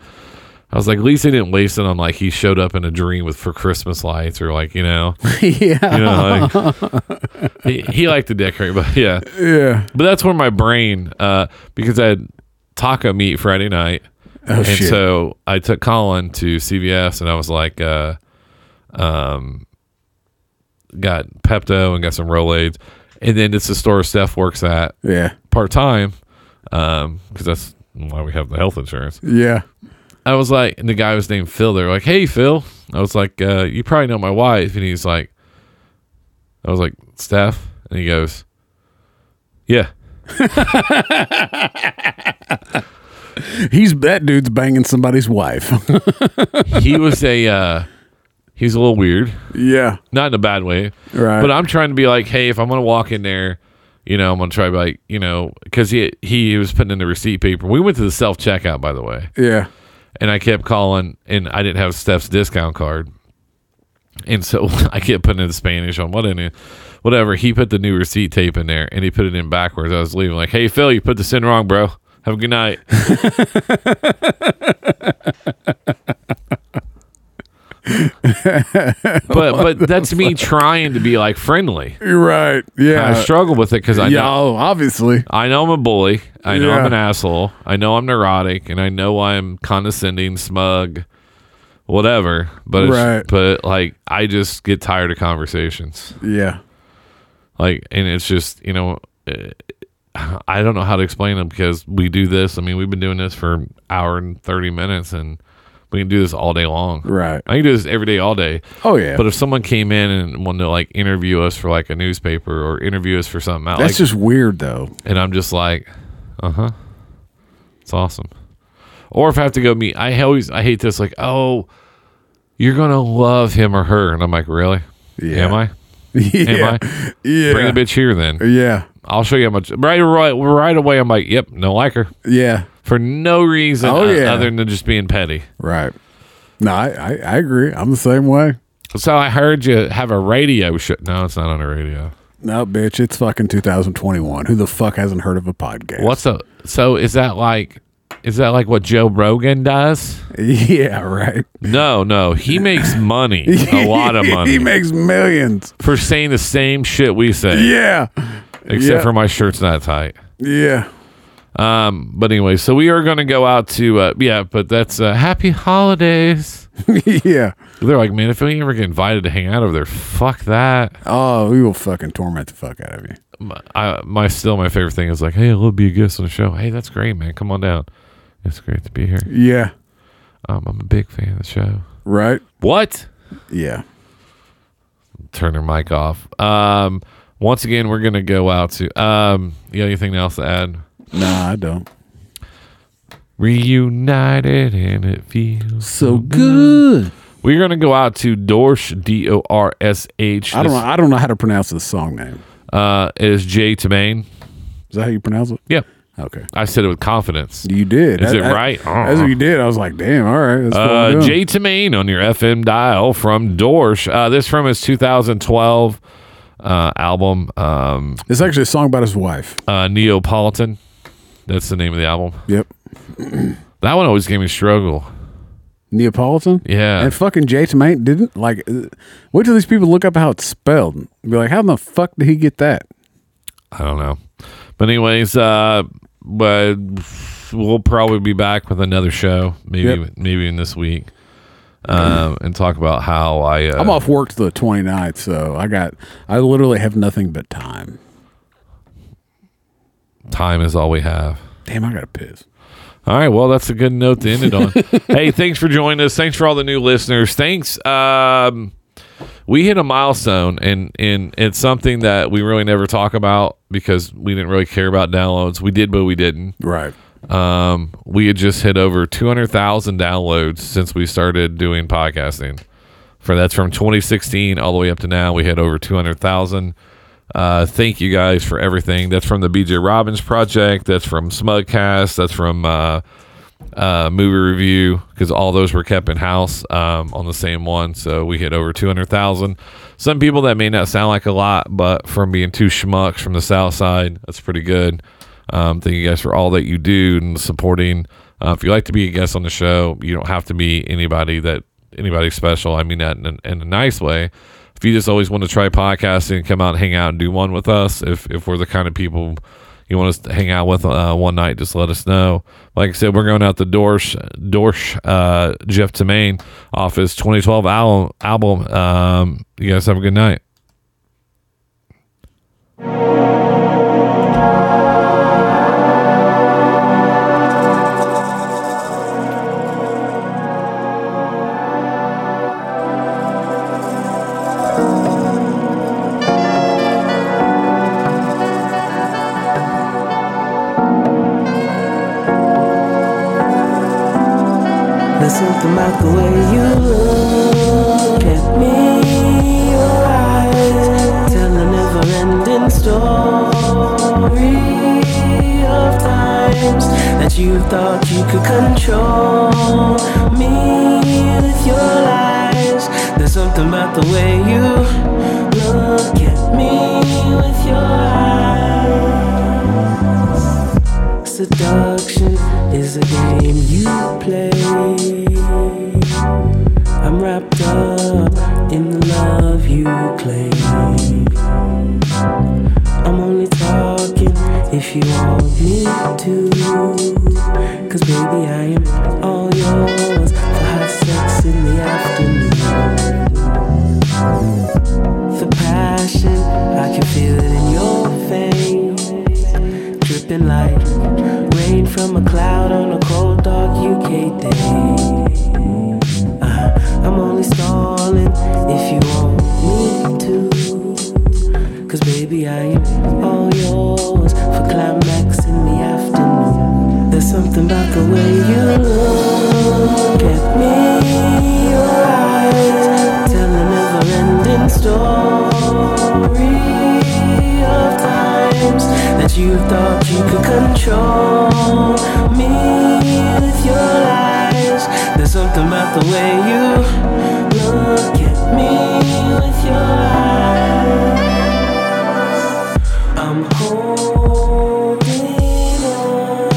I was like, at least they didn't waste it on like he showed up in a dream with for Christmas lights or like you know,
Yeah.
you know, like, he, he liked to decorate, but yeah,
Yeah.
But that's where my brain, uh, because I had taco meat Friday night,
Oh,
and
shit.
so I took Colin to CVS, and I was like, uh, um, got Pepto and got some Rolaids, and then it's the store Steph works at,
Yeah.
part time, um, because that's why we have the health insurance.
Yeah.
I was like, and the guy was named Phil. They're like, hey, Phil. I was like, uh, you probably know my wife. And he's like, I was like, Steph. And he goes, yeah.
He's that dude's banging somebody's wife.
he was a, uh, he's a little weird.
yeah.
Not in a bad way.
Right.
But I'm trying to be like, hey, if I'm going to walk in there, you know, I'm going to try to be like, you know, because he, he was putting in the receipt paper. We went to the self checkout, by the way.
Yeah.
and I kept calling, and I didn't have Steph's discount card, and so I kept putting in Spanish on what in it, whatever. He put the new receipt tape in there, and he put it in backwards. I was leaving like, "Hey Phil, you put this in wrong, bro. Have a good night." but but that's me trying to be like friendly.
You're right. Yeah.
I struggle with it because I
yeah.
know
Oh, obviously.
I know I'm a bully. I know I'm
Yeah.
an asshole. I know I'm neurotic, and I know I'm condescending, smug, whatever. But it's-
Right.
but like I just get tired of conversations.
Yeah.
Like, and it's just you know, eh, I don't know how to explain them because we do this. I mean, we've been doing this for an hour and thirty minutes, and we can do this all day long.
Right.
I can do this every day, all day.
Oh, yeah.
But uh, if someone came in and wanted to like interview us for like a newspaper or interview us for something, out,
That's
like,
just weird though.
and I'm just like, uh huh, it's awesome. Or if I have to go meet, I always I hate this. Like, oh, you're gonna love him or her, and I'm like, really?
Yeah.
Am I?
Yeah.
Am I?
Yeah.
Bring the bitch here then.
Yeah.
I'll show you how much. Right, right, right away. I'm like, yep, no like her
Yeah.
for no reason
Oh,
o-
yeah.
other than just being petty.
Right. No, I, I, I agree. I'm the same way.
So I heard you have a radio show. No, it's not on a radio.
No, bitch, it's fucking 2021. Who the fuck hasn't heard of a podcast?
What's a so? Is that like? Is that like what Joe Rogan does?
Yeah, right.
No, no, he makes money, a lot of money.
he makes millions.
for saying the same shit we say.
Yeah.
Except
Yeah.
for my shirt's not tight.
Yeah.
Um, but anyway, so we are going to go out to uh, yeah, but that's uh, happy holidays.
yeah.
They're like, man, if we ever get invited to hang out over there, fuck that.
Oh, we will fucking torment the fuck out of you.
My, I, my still my favorite thing is like, hey, it'll be a guest on the show. Hey, that's great, man. Come on down. It's great to be here.
Yeah.
Um, I'm a big fan of the show.
Right?
What?
Yeah.
Turn their mic off. Um, once again, we're gonna go out to um. You got anything else to add?
Nah, I don't.
Reunited and it feels
So good.
We're gonna go out to Dorsh D O R S H.
I don't know. I don't know how to pronounce the song name.
Uh, it is Jay Tamain.
Is that how you pronounce it?
Yeah,
Okay.
I said it with confidence.
You did.
Is
That-
it
that-
right? Oh.
That's what you did. I was like, damn. All right. That's what I'm
Uh,
doing.
Jay Tamain on your FM dial from Dorsh. Uh, this from his 2012 uh, album, um,
It's actually a song about his wife.
uh, Neapolitan. That's the name of the album.
Yep.
That one always gave me struggle.
Neapolitan.
Yeah.
And fucking Jay Tomain didn't like. uh, Wait till these people look up how it's spelled. and Be like, how in the fuck did he get that?
I don't know. But anyways, uh but we'll probably be back with another show, maybe
Yep.
maybe in this week. Um and talk about how I uh,
I'm off work the 29th, so I got. I literally have nothing but time.
Time is all we have.
Damn, I gotta piss.
All right, well, that's a good note to end it on. hey, thanks for joining us. Thanks for all the new listeners. Thanks. Um, we hit a milestone, and and it's something that we really never talk about because we didn't really care about downloads. We did, but we didn't.
Right.
Um, we had just hit over two hundred thousand downloads since we started doing podcasting. For that's from 2016 all the way up to now, we had over two hundred thousand. Uh, thank you guys for everything. That's from the BJ Robbins Project. That's from Smugcast. That's from uh, uh, Movie Review because all those were kept in house um, on the same one. So we hit over 200,000. Some people that may not sound like a lot, but from being two schmucks from the South Side, that's pretty good. Um, thank you guys for all that you do and supporting. Uh, if you like to be a guest on the show, you don't have to be anybody that anybody special. I mean that in, in a nice way. If you just always want to try podcasting and come out and hang out and do one with us, if if we're the kind of people you want us to hang out with uh, one night, just let us know. Like I said, we're going out the Dorsh Dorsh uh, Jeff Tamain off his 2012 album. Album. Um, you guys have a good night.
There's something about the way you look at me. Your eyes tell a never ending story of times that you thought you could control me with your lies. There's something about the way you look at me with your eyes. Seduction is a game you play. I'm wrapped up in the love you claim. I'm only talking if you want me to. Cause baby, I am all yours for hot sex in the afternoon. The passion, I can feel it in your veins dripping like rain from a cloud on a cold, dark UK day. Uh, I'm only stalling if you want me to. Cause baby, I am all yours for climax in the afternoon. There's something about the way you look at me. Your eyes tell a never ending story of times that you thought you could control me with your lies. There's something about the way you look at me with your eyes. I'm holding on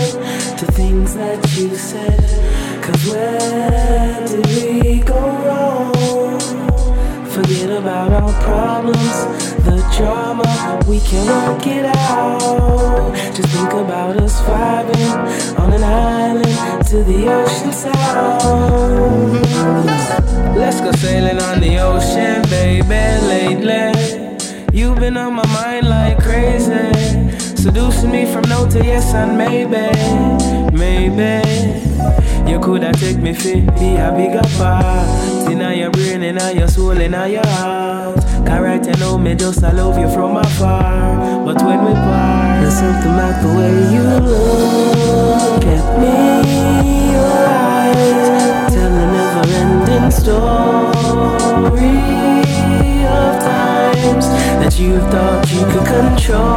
to things that you said. Cause where did we go wrong? Forget about our problems, the drama we can work it out. Just think about us vibing on an island to the ocean sound.
Let's go sailing on the ocean, baby. Lately, you've been on my mind like crazy, seducing me from no to yes and maybe, maybe. You coulda take me fit, be a bigger part. Inna your brain, inna your soul, inna your heart. Cause right you know me just I love you from afar. But when we part,
There's something about the way you look at me. Your eyes tell a never ending story of times that you thought you could control